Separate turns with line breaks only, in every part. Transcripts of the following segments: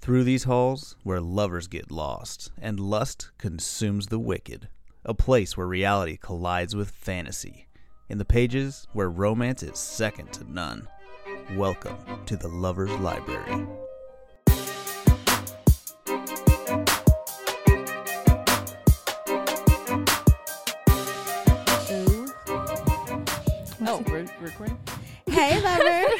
Through these halls, where lovers get lost and lust consumes the wicked, a place where reality collides with fantasy, in the pages where romance is second to none. Welcome to the Lover's Library.
Oh, we're recording.
Hey, lover.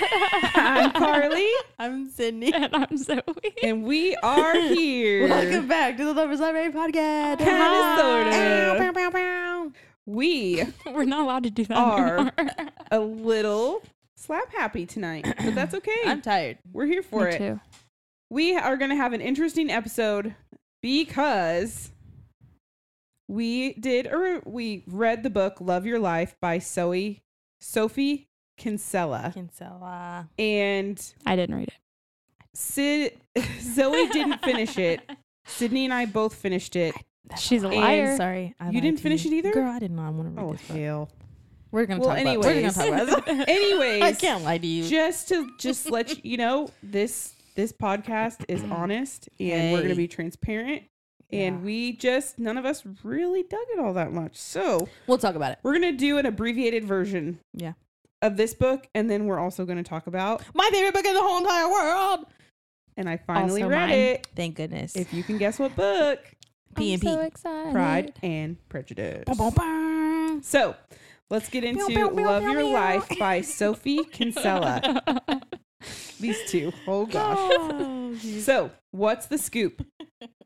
I'm Carly. I'm Sydney.
And I'm Zoe.
And we are here.
Welcome back to the Lovers Library podcast.
Kinda, sorta.
Ow, bow, bow, bow.
We
We're not allowed to do that
are
anymore.
a little slap happy tonight, but that's okay.
I'm tired.
We're here for
Me
it.
too.
We are going to have an interesting episode because we did or we read the book Love Your Life by Zoe Sophie Kinsella.
uh,
Kinsella.
And
I didn't read it.
Sid Zoe didn't finish it. Sydney and I both finished it.
She's a
And
liar.
Sorry, I
You
lied
didn't
to
finish it either?
Girl, I did not want to read
Oh
this book.
hell.
We're gonna
Well,
talk about. We're gonna
anyways.
talk about. this.
Anyways,
I can't lie to you.
just to just let you, you know this this podcast is honest and we're
Mm-hmm.
going to
Hey.
be transparent and
Yeah.
we just none of us really dug it all that much so
We'll talk about it.
we're going to do an abbreviated version
Yeah.
of this book and then we're also going to talk about
My favorite book in the whole entire world.
and i finally
Also
read
mine.
it
Thank goodness.
if you can guess what book
P
I'm
and P.
so excited.
pride and prejudice
Bum, bum, bum.
so let's get into
Meow, meow, meow,
love
meow,
your
meow.
life by sophie kinsella these two oh gosh
Oh,
So, what's the scoop?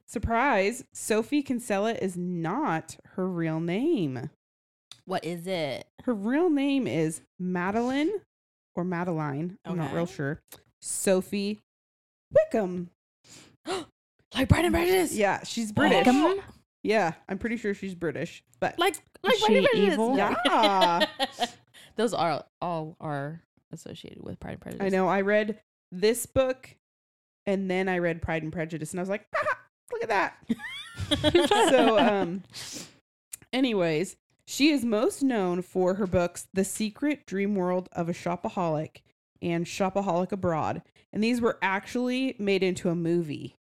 Surprise, Sophie Kinsella is not her real name.
What is it?
Her real name is Madeline or Madeline. I'm not real
Okay.
sure. Sophie Wickham.
Like Pride and Prejudice.
Yeah, she's British.
Wickham?
Yeah, I'm pretty sure she's British. But
Like like
Is
Pride and
she
Prejudice.
evil?
yeah,
Those are all are associated with Pride and Prejudice.
I know. I read this book and then I read Pride and Prejudice and I was like, ah, look at that. so um anyways she is most known for her books the secret dream world of a shopaholic and shopaholic abroad and these were actually made into a movie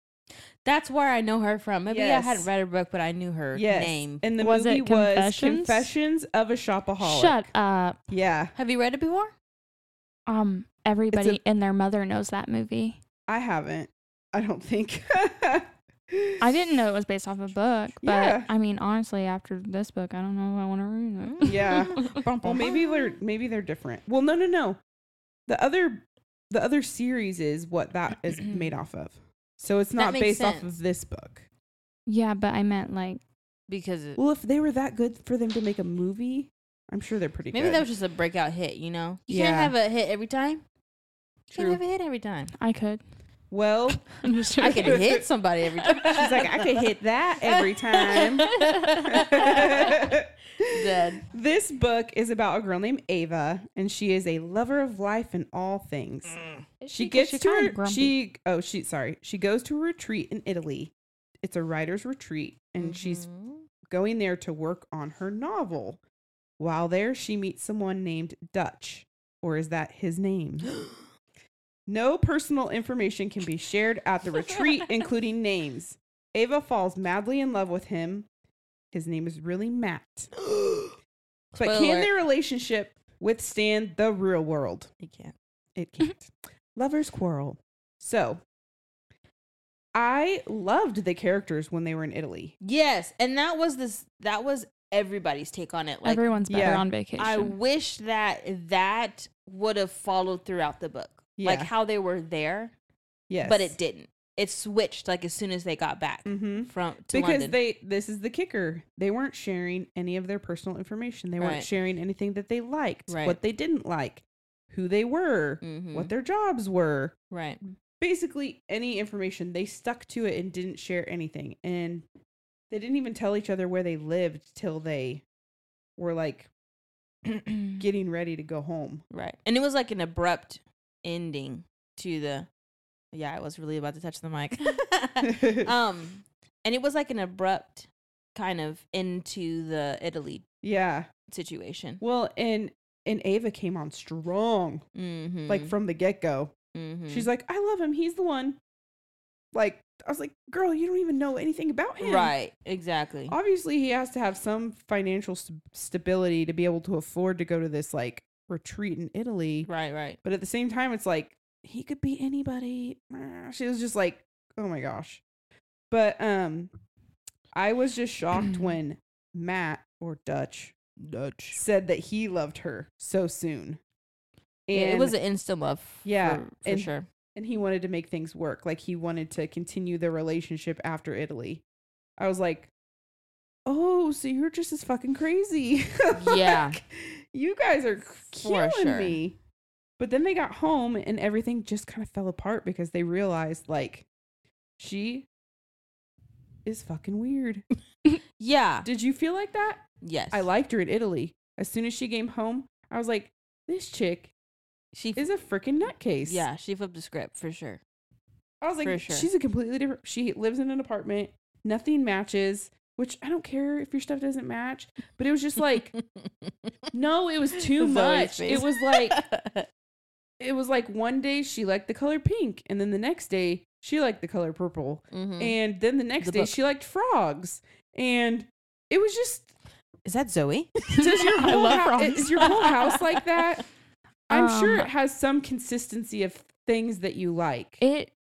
That's where I know her from. Maybe
Yes.
I hadn't read her book, but I knew her
yes
name.
and the
Was
movie
it
was
Confessions?
confessions of a shopaholic
Shut up.
yeah
Have you read it before?
Um, everybody and their mother knows that movie.
i haven't i don't think
I didn't know it was based off a book, but
Yeah.
I mean, honestly, after this book, I don't know if I want to read it.
yeah well maybe they're maybe they're different well no no no the other the other series is what that is made off of so it's not
makes
based off
sense.
of this book
Yeah, but I meant like
because it,
Well, if they were that good for them to make a movie, I'm sure they're pretty
maybe
good.
that was just a breakout hit. You know, you
Yeah.
can't have a hit every time. You
True.
can't have a hit every time.
I could.
well,
I'm just
I could
joking.
hit somebody every time.
she's like, I could hit that every time.
Dead.
This book is about a girl named Ava, and she is a lover of life and all things. She gets
she's
to
kinda
her,
grumpy.
she oh she sorry she goes to a retreat in Italy. It's a writer's retreat, and she's
Mhm.
going there to work on her novel. While there, she meets someone named Dutch, or is that his name? no personal information can be shared at the retreat, including names. Ava falls madly in love with him. His name is really Matt. But
Spoiler
can
alert.
their relationship withstand the real world?
You can't.
It can't. Lovers quarrel. So, I loved the characters when they were in Italy.
Yes, and that was this. That was everybody's take on it. Like,
Everyone's better
Yeah.
on vacation.
I wish that that would have followed throughout the book, like
Yeah.
how they were there,
Yes,
but it didn't. It switched like as soon as they got back
Mm-hmm.
from to
because
London.
they this is the kicker they weren't sharing any of their personal information they weren't
Right.
sharing anything that they liked
Right.
what they didn't like who they were
Mhm.
what their jobs were
right.
basically any information they stuck to it and didn't share anything and they didn't even tell each other where they lived till they were like getting ready to go home
Right. And it was like an abrupt ending to the Yeah, I was really about to touch the mic. um and it was like an abrupt kind of into the Italy
yeah
situation.
well and and ava came on strong
Mm-hmm.
like from the get-go she's like i love him he's the one Like, I was like, girl, you don't even know anything about him.
Right. Exactly.
Obviously, he has to have some financial st- stability to be able to afford to go to this like retreat in Italy.
Right. Right.
But at the same time, it's like he could be anybody. Ah, She was just like, oh my gosh. But um, I was just shocked when Matt or Dutch
Dutch.
said that he loved her so soon. And,
it was an instant love.
Yeah,
For, for
and-
sure.
and he wanted to make things work. Like he wanted to continue the relationship after Italy. I was like, oh, so you're just as fucking crazy.
Yeah.
Like, you guys are
For
killing
sure.
me. But then they got home and everything just kind of fell apart because they realized like she is fucking weird.
Yeah.
Did you feel like that?
Yes.
I liked her in Italy. As soon as she came home, I was like, this chick
She.
is a freaking nutcase.
yeah. She flipped the script for sure.
I was like,
For sure.
she's a completely different. She lives in an apartment. Nothing matches, which I don't care if your stuff doesn't match. But it was just like, no, it was too
Zoe's
much.
face.
It was like, it was like one day she liked the color pink, and then the next day she liked the color purple,
Mhm.
and then the next
The
day
book.
she liked frogs, and it was just
Is that Zoe?
does your whole
love
hou-
frogs.
is your whole house like that? I'm sure
Um,
it has some consistency of things that you like.
It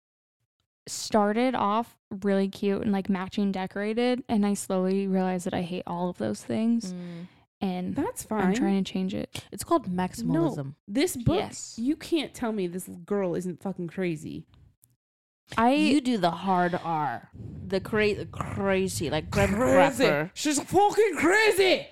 started off really cute and like matching decorated, and I slowly realized that I hate all of those things,
Mm.
and
That's fine.
I'm trying to change it.
It's called maximalism.
This book,
Yes.
you can't tell me this girl isn't fucking crazy.
I
You do the hard R, the cra- crazy, like graham cracker.
She's fucking crazy.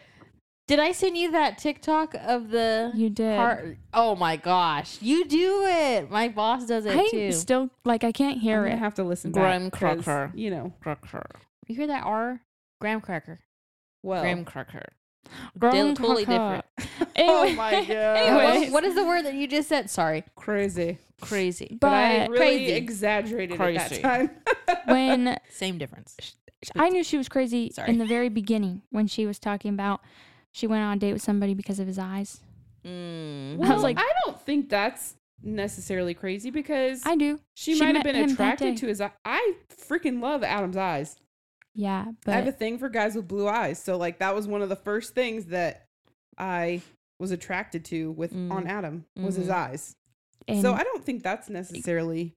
Did I send you that TikTok of the
You did.
heart? Oh my gosh, you do it. My boss does it
I
too.
still like I can't hear
I'm
it.
gonna have to listen back.
Graham
'cause,
cracker.
You know,
Cracker. You hear that R? Graham cracker.
well,
Graham cracker.
Graham
totally
Crocker.
Oh
my
Anyway-
God.
Anyway,
Anyways,
what is the word that you just said? Sorry,
crazy.
crazy.
But, I
But-
really
Crazy.
exaggerated at
Crazy.
that time.
when
Same difference.
I knew she was crazy
Sorry.
in the very beginning when she was talking about she went on a date with somebody because of his eyes.
Mm.
I was
Well,
like-
I don't think that's necessarily crazy because
I do.
she,
she
might have
met
been
him that day.
attracted to his. eye. I freaking love Adam's eyes.
Yeah,
I have a
but
thing for guys with blue eyes, so like that was one of the first things that I was attracted to with
Mm.
on Adam was his
Mhm.
eyes.
and
so I don't think that's necessarily.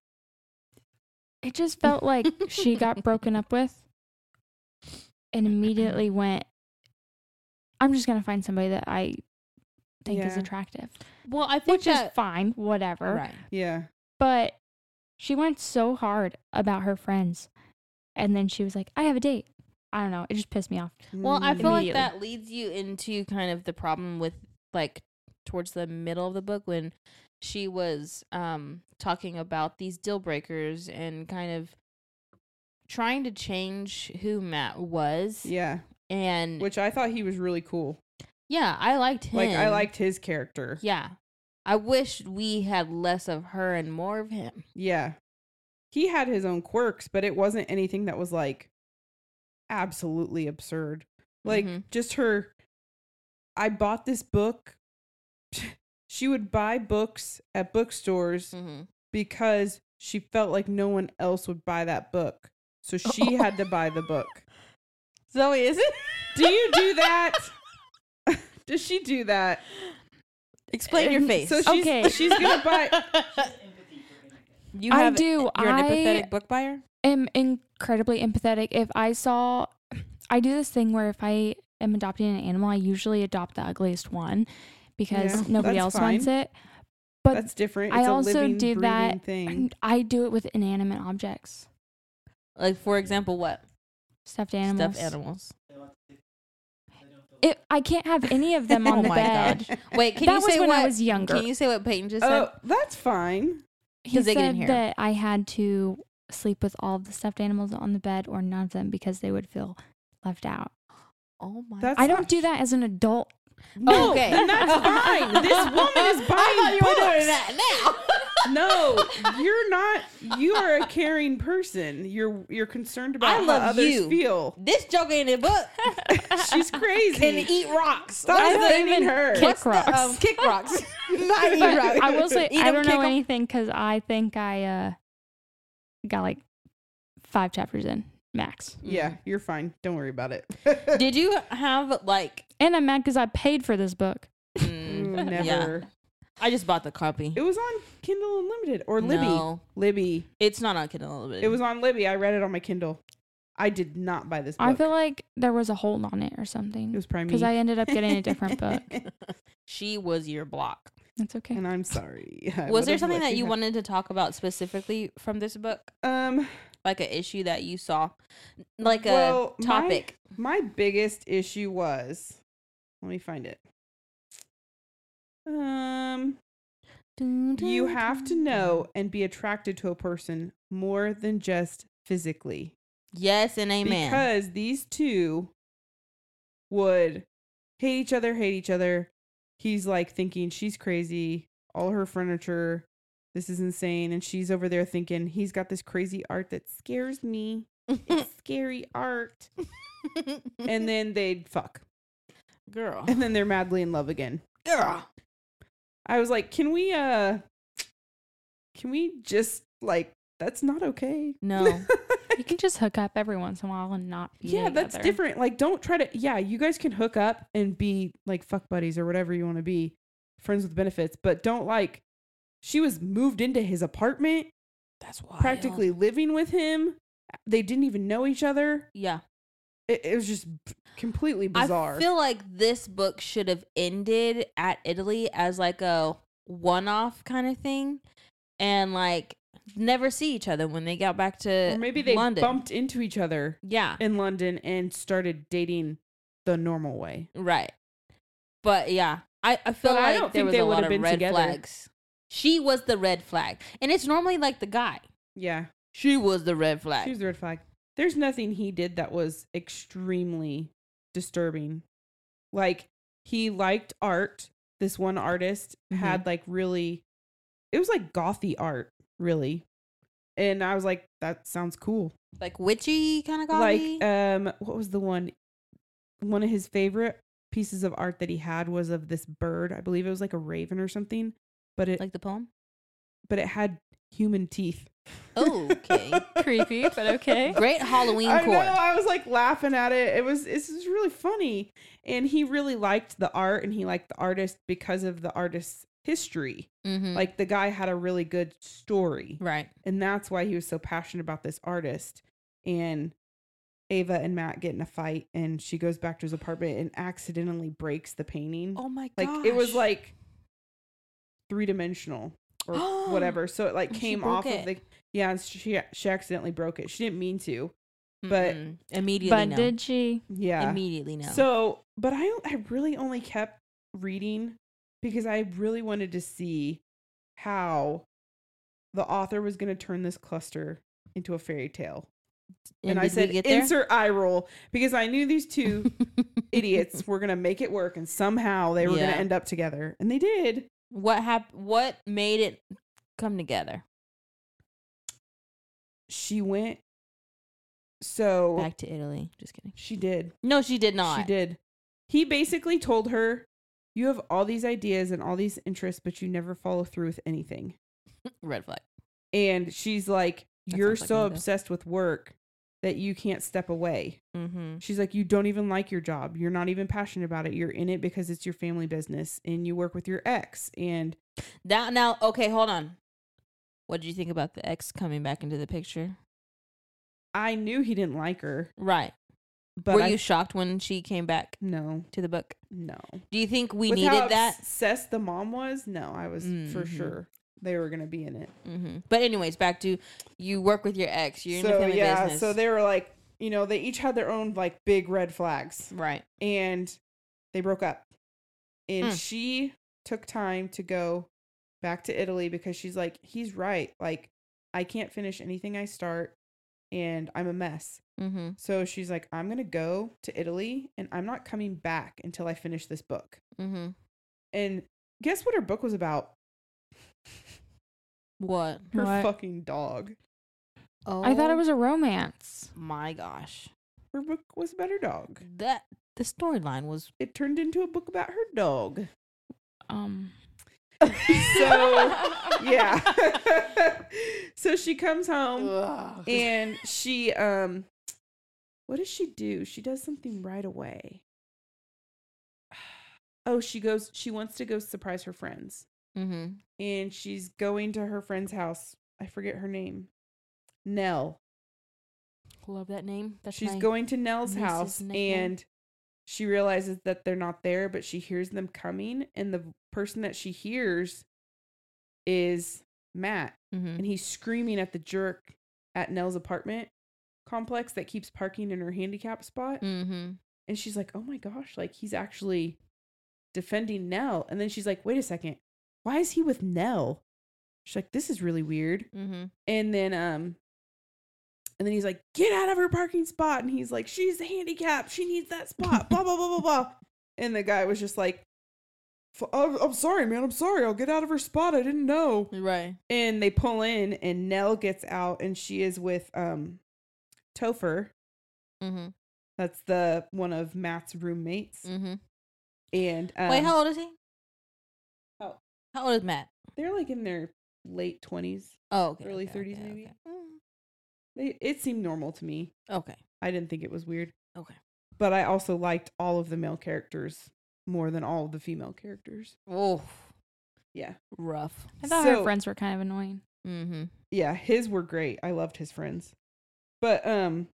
it just felt like she got broken up with and immediately went I'm just going to find somebody that I think is
Yeah.
attractive,
Well, I think
which is
that
fine, whatever.
right.
Yeah.
But she went so hard about her friends and then she was like, "I have a date." I don't know. It just pissed me off.
Well, I
Mm.
feel like
Immediately.
that leads you into kind of the problem with like towards the middle of the book when she was um talking about these deal breakers and kind of trying to change who Matt was.
Yeah,
And
which I thought he was really cool.
yeah, I liked him.
Like I liked his character.
Yeah. I wish we had less of her and more of him.
Yeah. He had his own quirks, but it wasn't anything that was like absolutely absurd. Like
Mhm.
just her I bought this book. She would buy books at bookstores
Mm-hmm.
because she felt like no one else would buy that book. So she had to buy the book.
Zoe, is it?
Do you do that? Does she do that?
Explain your face.
So she's
Okay.
she's gonna buy
you
I
have
do.
You're an
I-
empathetic book buyer?
am incredibly empathetic. If I saw, I do this thing where if I am adopting an animal, I usually adopt the ugliest one because
Yeah,
nobody
that's
else wants it. But
that's different.
I
It's a
also
living,
do that-
breathing thing.
I do it with inanimate objects,
Like for example, what?
stuffed animals.
Stuffed animals.
It, I can't have any of them on
Oh
the
my
bed.
gosh. Wait, can
that
you
was
say
when
what
I was younger.
Can you say what Peyton just
Oh,
said?
that's fine.
he
Because
said
they get in here.
that I had to sleep with all of the stuffed animals on the bed or none of them because they would feel left out.
Oh my!
That's
I don't do that as an adult.
No,
Okay.
Oh, then that's fine. This woman is buying books.
that now.
No, you're not. You are a caring person. You're you're concerned about
I love
how others
you.
feel.
this joke ain't in the book.
She's crazy.
Can eat rocks.
Stop
What's the-
blaming her.
Kick
what's the,
rocks.
um, kick rocks. Not eat
But
rocks.
I will say
Eat
I
'em,
don't
kick
know
'em.
anything because I think I uh, got like five chapters in max.
Yeah, you're fine. Don't worry about it.
Did you have like?
And I'm mad because I paid for this book.
mm,
Never.
Yeah. I just bought the copy.
It was on Kindle Unlimited or Libby.
No,
Libby.
it's not on Kindle. Unlimited.
It was on Libby. I read it on my Kindle. I did not buy this book.
I feel like there was a hold on it or
it
something
was prime
because I ended up getting a different book.
she was your block.
That's okay.
and I'm sorry. I
was there
would've
something
let
that you
have-
wanted to talk about specifically from this book
Um,
like an issue that you saw like a
Well, my-
topic
my biggest issue was, let me find it. Um, you have to know and be attracted to a person more than just physically.
yes and amen
Because these two would hate each other, hate each other. He's like thinking she's crazy, all her furniture, this is insane. And she's over there thinking he's got this crazy art that scares me. It's scary art. And then they'd fuck.
girl
And then they're madly in love again.
girl
I was like, can we, uh, can we just like, that's not okay.
no
you can just hook up every once in a while and not. be
Yeah, that's
together.
different. Like, don't try to. Yeah, you guys can hook up and be like fuck buddies or whatever you want to be, friends with benefits. But don't like. She was moved into his apartment,
that's wild.
practically living with him. They didn't even know each other.
yeah
It, it was just b- completely bizarre.
i feel like this book should have ended at italy as like a one-off kind of thing and like never see each other when they got back to
or maybe they
london
bumped into each other
yeah
in London and started dating the normal way.
Right. But yeah, I, I feel
But
like
I don't
there
think
was
they
a
would
lot of
have been
red
together.
flags. She was the red flag, and it's normally like the guy.
Yeah,
She was the red flag.
she was the red flag. There's nothing he did that was extremely disturbing. Like he liked art. This one artist
Mm-hmm.
had like really it was like gothy art, really. And I was like, that sounds cool.
like witchy kind of guy.
Like um what was the one one of his favorite pieces of art that he had was of this bird. I believe it was like a raven or something. But it
like the poem.
but it had human teeth.
Okay.
Creepy, but okay.
Great Halloween
I
core.
know. I was like laughing at it. It was it's just really funny, and he really liked the art, and he liked the artist because of the artist's history.
Mm-hmm.
Like the guy had a really good story,
right.
and that's why he was so passionate about this artist. And Ava and Matt get in a fight, and she goes back to his apartment and accidentally breaks the painting.
Oh my god.
like it was like three dimensional or whatever. So it like
And she
came
broke
off
it.
of the yeah. And she she accidentally broke it. She didn't mean to. but-
immediately
But
no.
did she?
Yeah.
immediately no.
So, but I I really only kept reading because I really wanted to see how the author was going to turn this cluster into a fairy tale. And,
did
I
we
said
get there?
insert eye roll because I knew these two idiots were going to make it work and somehow they were going
Yeah.
to end up together. And they did.
What hap- What made it come together?
She went so
Back to Italy. Just kidding.
she did.
No, she did not.
She did. He basically told her, "You have all these ideas and all these interests, but you never follow through with anything."
Red flag.
And she's like,
That
"You're
sounds like
so
me, though.
obsessed with work that you can't step away."
Mm-hmm.
She's like, "You don't even like your job. You're not even passionate about it. You're in it because it's your family business and you work with your ex." And
That now, okay, hold on. What did you think about the ex coming back into the picture?
I knew he didn't like her,
Right.
but
Were
I
you shocked when she came back
no,
to the book?
no.
Do you think we
With
needed
how
that?
obsessed the mom was. No, I was for
Mhm.
sure they were gonna be in it.
hmm But anyways, back to you work with your ex. You're in the family business.
so they were like, you know, they each had their own like big red flags,
right.
and they broke up. And
Hmm.
she took time to go back to Italy because she's like, he's right. Like, I can't finish anything I start, and I'm a mess.
Mm-hmm.
So she's like, I'm gonna go to Italy, and I'm not coming back until I finish this book.
Mm-hmm.
And guess what her book was about?
What?
Her
What?
fucking dog.
Oh,
I thought it was a romance.
Oh
My gosh,
Her book was about her dog.
that the storyline was
It turned into a book about her dog.
Um,
so yeah. so she comes home
Ugh.
and she um what does she do? She does something right away. Oh, she goes she wants to go surprise her friends.
Mm-hmm.
And she's going to her friend's house. I forget her name. Nell.
Love that name. That's
she's
my-
going to Nell's
niece's
house
nickname.
and she realizes that they're not there, but she hears them coming and the person that she hears is Matt
Mhm.
and he's screaming at the jerk at Nell's apartment complex that keeps parking in her handicap spot.
Mhm.
And she's like, oh my gosh, like he's actually defending Nell. And then she's like, wait a second, why is he with Nell? She's like, this is really weird.
Mhm.
And then, um, and then he's like, get out of her parking spot. And he's like, she's handicapped. She needs that spot. blah, blah, blah, blah, blah. And the guy was just like, "F- I'm I'm sorry, man. I'm sorry. I'll get out of her spot. I didn't know
Right.
and they pull in and Nell gets out and she is with um Topher.
Mhm.
That's the one of Matt's roommates.
Mhm.
And um,
Wait, how old is he?
Oh.
How old is Matt?
they're like in their late twenties.
Oh, okay,
Early
okay,
30s
okay,
maybe.
okay. Mm.
They it seemed normal to me.
Okay.
I didn't think it was weird.
Okay.
But I also liked all of the male characters more than all of the female characters.
Oh,
Yeah.
rough.
I thought
So-
her friends were kind of annoying.
Mm-hmm.
Yeah, his were great. I loved his friends. But um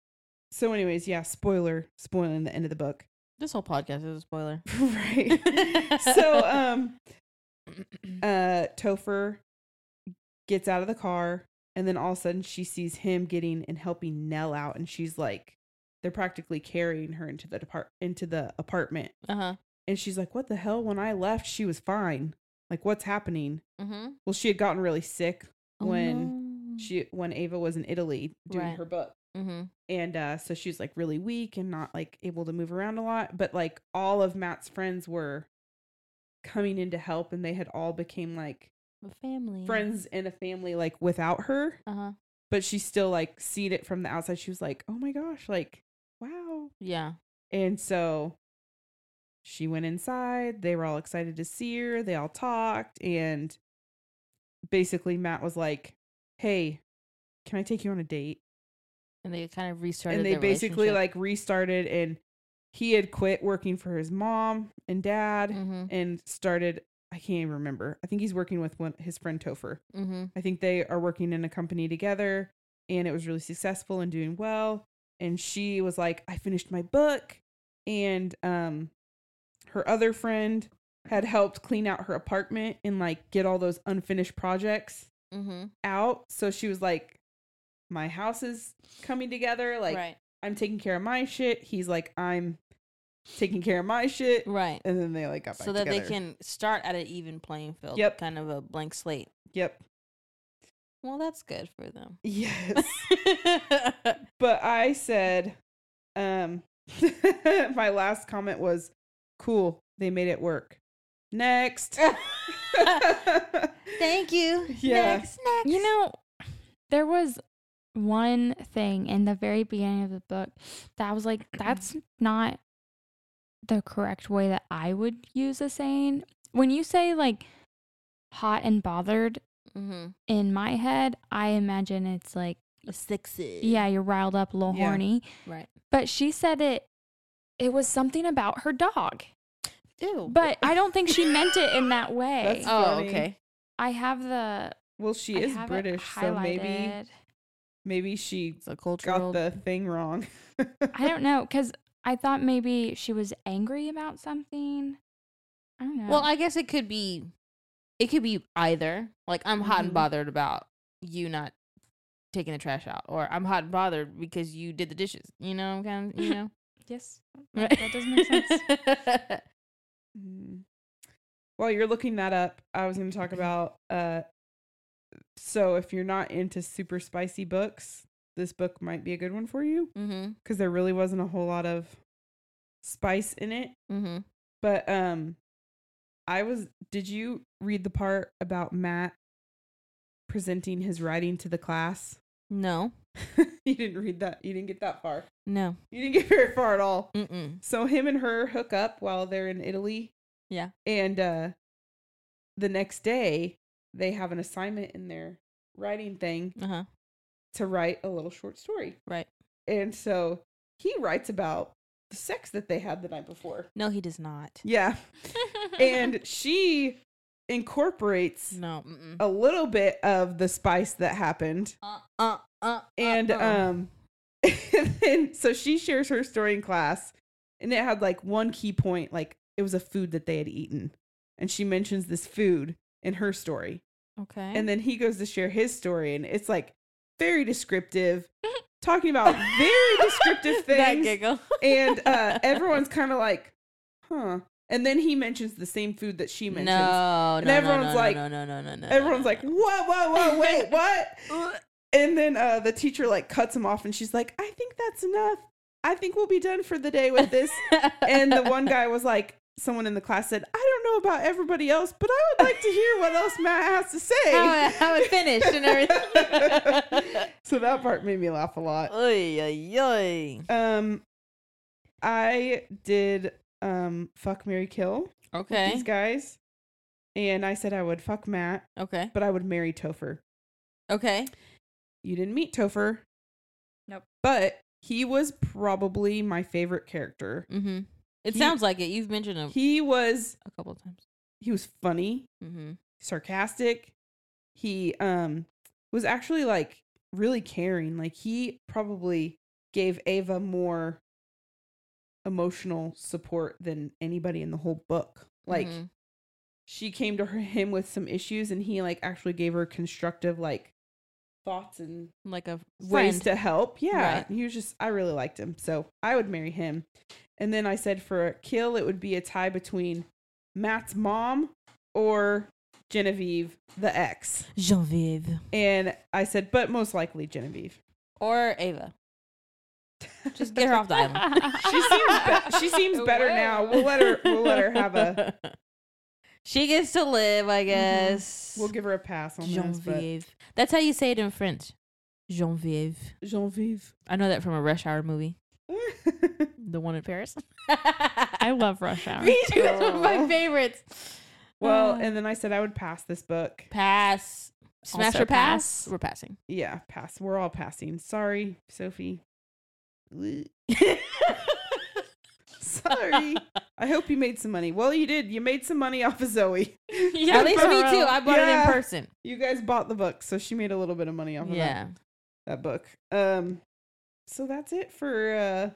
so anyways, yeah, spoiler, spoiling the end of the book.
This whole podcast is a spoiler.
right. so um uh Topher gets out of the car and then all of a sudden she sees him getting and helping Nell out and she's like they're practically carrying her into the depart into the apartment
uh huh.
and she's like what the hell when I left she was fine like what's happening
Mm-hmm. Oh,
well she had gotten really sick when she when Ava was in Italy doing
Right.
her book
Mm-hmm.
and uh so she was like really weak and not like able to move around a lot but like all of matt's friends were coming in to help and they had all became like
The family.
friends and a family like without her
Uh huh.
but she still like seen it from the outside she was like oh my gosh like wow
Yeah.
and so she went inside they were all excited to see her they all talked and basically matt was like hey can i take you on a date
And they kind of restarted.
and they
their
basically
relationship.
like restarted and he had quit working for his mom and dad
Mhm.
and started i can't even remember i think he's working with one his friend topher
Mhm.
i think they are working in a company together and it was really successful and doing well and she was like i finished my book and um her other friend had helped clean out her apartment and like get all those unfinished projects
Mhm.
out so she was like my house is coming together like
right.
I'm taking care of my shit. He's like, I'm taking care of my shit.
Right.
And then they like got back
So that
together.
they can start at an even playing field.
Yep.
Kind of a blank slate.
Yep.
Well, that's good for them.
Yes. but I said, um, my last comment was, cool. They made it work. Next.
Thank you.
Yeah.
Next, next.
You know, there was one thing in the very beginning of the book that I was like, that's not the correct way that I would use a saying. When you say like hot and bothered
Mm-hmm.
in my head, I imagine it's like,
Sexy.
yeah, you're riled up, a little
Yeah.
horny.
Right.
But she said it, it was something about her dog.
Ew.
But I don't think she meant it in that way.
Oh, That's-
oh,
funny.
okay.
I have the.
Well, she
I
is
have it
British, so maybe
highlighted.
maybe she
It's a cultural.
got the thing wrong.
I don't know because I thought maybe she was angry about something. I don't know.
Well, I guess it could be it could be either. Like I'm hot and
Mm-hmm.
Mhm.
bothered about you not taking the trash out or I'm hot and bothered because you did the dishes. You know, I'm kind of, you know.
yes, that, that does make sense.
Mm. While you're looking that up, I was going to talk about uh so if you're not into super spicy books, this book might be a good one for you
mhm.
because there really wasn't a whole lot of spice in it.
Mhm.
But um I was did you read the part about Matt presenting his writing to the class?
No.
you didn't read that. You didn't get that far.
No.
You didn't get very far at all.
Mm. Mm-mm.
So him and her hook up while they're in Italy.
Yeah.
And uh the next day they have an assignment in their writing thing
Uh huh.
to write a little short story.
Right.
And so he writes about the sex that they had the night before.
No, he does not.
Yeah. and she incorporates
No. Mm-mm.
a little bit of the spice that happened.
Uh, uh, uh,
And
uh, uh.
um and then, so she shares her story in class and it had like one key point like it was a food that they had eaten. And she mentions this food in her story.
okay.
And then he goes to share his story and it's like very descriptive talking about very descriptive
that
things
giggle.
and uh everyone's kind of like huh. And then he mentions the same food that she mentions.
No,
And
no, no,
everyone's
no,
like-
no, no, no, no, no, no,
Everyone's like, "Whoa, whoa, whoa, wait, what?"
no.
And then uh, the teacher like cuts him off, and she's like, "I think that's enough. I think we'll be done for the day with this." and the one guy was like, someone in the class said, "I don't know about everybody else, but I would like to hear what else Matt has to
how,
say."
it- how it finished Ah, and everything.
so that part made me laugh a lot.
Oy, oy, oy.
Um, I did um fuck Mary kill with
Okay.
these guys, and I said I would fuck Matt,
Okay.
but I would marry Topher.
Okay.
you didn't meet Topher.
Nope.
But he was probably my favorite character.
Mm-hmm. It
He-
sounds like it. You've mentioned him
He was
a couple of times.
he was funny,
Mm-hmm.
sarcastic. He um was actually like really caring. Like he probably gave Ava more emotional support than anybody in the whole book. Like
Mhm.
she came to her, him with some issues and he like actually gave her constructive like thoughts and
like a
ways
friend.
to help. Yeah.
Right.
He was just, I really liked him. So I would marry him. And then I said for a kill, it would be a tie between Matt's mom or Genevieve, the ex.
Genevieve
And I said, but most likely Genevieve.
or Ava. Just get her off the island.
She seems, be- she seems better now. We'll let her, we'll let her have a,
She gets to live, I guess.
Mm-hmm. we'll give her a pass on this. But
Genevieve. That's how you say it in French. Genevieve.
Genevieve.
I know that from a Rush Hour movie, the one in Paris.
I love Rush Hour.
Me too. It's one of my
Aw.
favorites.
well,
Ah.
and then I said I would pass this book.
pass, smash
Also
or pass.
pass.
We're passing.
Yeah, pass. We're all passing. Sorry, Sophie. Sorry. I hope you made some money. Well, you did. You made some money off of Zoe.
Yeah,
At least
for
me
real.
too. I bought it
Yeah.
in person.
You guys bought the book, so she made a little bit of money off of
Yeah.
that, that book. Um, so that's it for uh,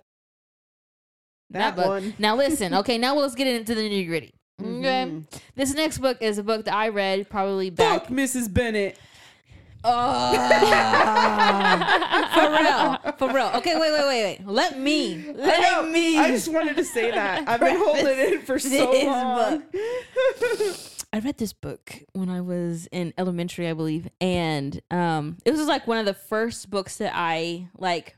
That
that,
book.
one.
Now listen, okay, now let's get into the nitty gritty. Okay.
Mhm.
This next book is a book that I read probably back.
Fuck Ah. Mrs. Bennett.
Oh. for real. For real. Okay, wait, wait, wait, wait. Let me.
I
Let
know.
me.
I just wanted to say that. I've been holding it in for so
This
long.
I read this book when I was in elementary, I believe, and um, it was just, like one of the first books that I like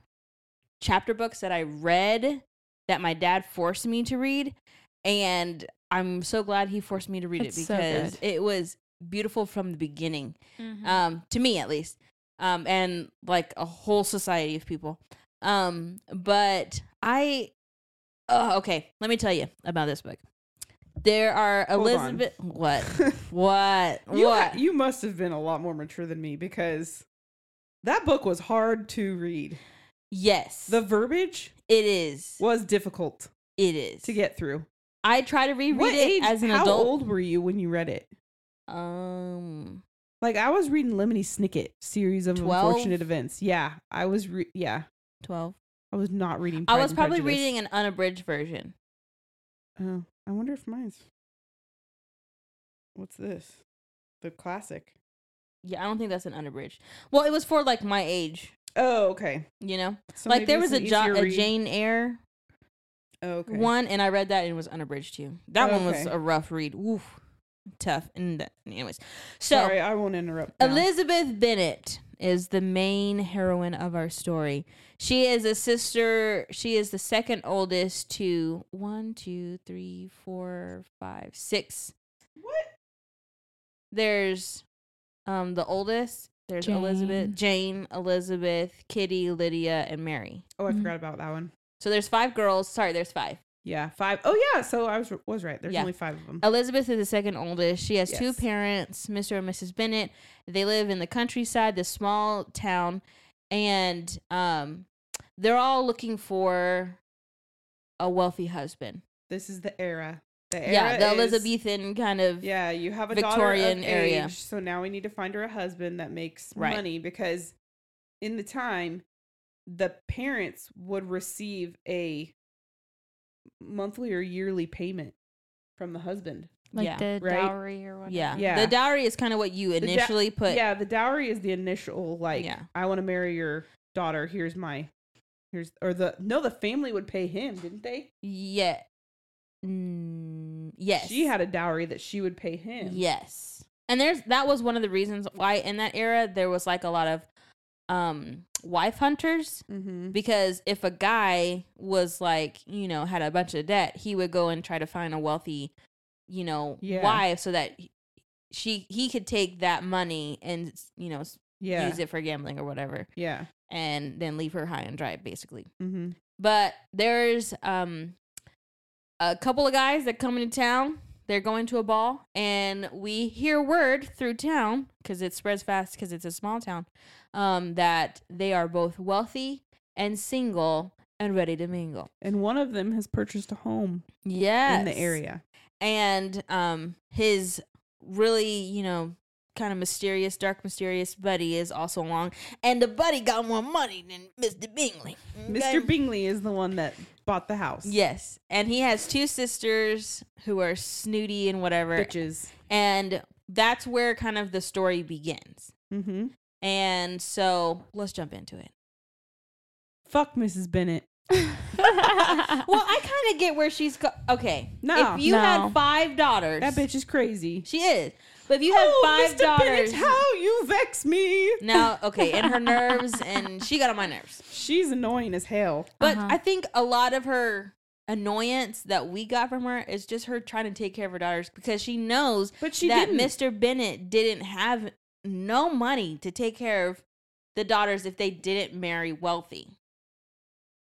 chapter books that I read that my dad forced me to read, and I'm so glad he forced me to read it
It's so
because
good.
it was beautiful from the beginning,
Mhm.
um, to me at least, um, and like a whole society of people. Um, but I, oh, okay, let me tell you about this book. There are
Hold on.
Elizabeth. What? What?
you,
what?
ha- you must have been a lot more mature than me because that book was hard to read.
yes.
The verbiage
it is.
was difficult
It is.
to get through.
I try to reread
What
it
age?
as an
how
adult.
old were you when you read it?
Um,
Like I was reading Lemony Snicket series of
Twelve?
unfortunate events. Yeah, I was. Re- yeah,
twelve.
I was not reading.
I
Pride
was
and
probably
Prejudice.
reading an unabridged version.
Oh, I wonder if mine's. What's this? The classic.
Yeah, I don't think that's an unabridged. Well, it was for like my age.
Oh, okay.
You know,
So
like
maybe
there
it's
was a,
an
jo-
easier
a
read.
Jane Eyre
Oh, okay.
one, and I read that and it was unabridged too. That one was
Okay.
a rough read. Oof, tough. And that, anyways, so
Sorry, I won't interrupt. now.
Elizabeth Bennett is the main heroine of our story. She is a sister. She is the second oldest to one, two, three, four, five, six.
What?
There's um the oldest. There's Elizabeth,
Jane.
Jane, Elizabeth, Kitty, Lydia, and Mary.
Oh, I
Mm.
Mm-hmm.
forgot about that one.
So there's five girls. Sorry, there's five.
Yeah, five. Oh yeah, so I was was right. There's
Yeah.
only five of them.
Elizabeth is the second oldest. She has two
Yes.
parents, Mr. and Mrs. Bennett. They live in the countryside, this small town, and um, they're all looking for a wealthy husband.
This is the era. The era.
yeah, the
is-
Elizabethan kind of.
Yeah, you have a
Victorian
daughter of
area.
age, so now we need to find her a husband that makes
Right.
money because in the time the parents would receive a monthly or yearly payment from the husband.
like
yeah.
the
right?
dowry or whatever.
yeah.
Yeah.
The dowry is kind of what you
da-
initially put.
yeah, the dowry is the initial like
Yeah.
I want to marry your daughter, here's my here's or the no the family would pay him, didn't they?
Yeah. Mm, yes.
She had a dowry that she would pay him.
Yes. And there's that was one of the reasons why in that era there was like a lot of um wife hunters
Mhm.
because if a guy was like, you know, had a bunch of debt, he would go and try to find a wealthy, you know,
Yeah.
wife so that he- she he could take that money and, you know, s-
Yeah.
use it for gambling or whatever
Yeah.
and then leave her high and dry basically.
Mhm.
But there's um a couple of guys that come into town. They're going to a ball, and we hear word through town because it spreads fast because it's a small town um, that they are both wealthy and single and ready to mingle.
And one of them has purchased a home
Yes,
in the area.
and um, his really you know kind of mysterious, dark, mysterious buddy is also along, and the buddy got more money than Mister Bingley.
Mr. Bingley is the one that bought the house.
Yes, and he has two sisters who are snooty and whatever,
Bitches.
and that's where kind of the story begins.
Mm-hmm.
And so let's jump into it.
Fuck Mrs. Bennett.
Well, I kind of get where she's go- okay.
No.
if you
No.
had five daughters,
That bitch is crazy.
she is. But if you have five
Mr.
daughters,
Bennett, how you vex me.
now okay, and her nerves, and she got on my nerves.
She's annoying as hell.
But
Uh-huh.
I think a lot of her annoyance that we got from her is just her trying to take care of her daughters because she knows
But she
that
didn't.
Mr. Bennett didn't have no money to take care of the daughters if they didn't marry wealthy.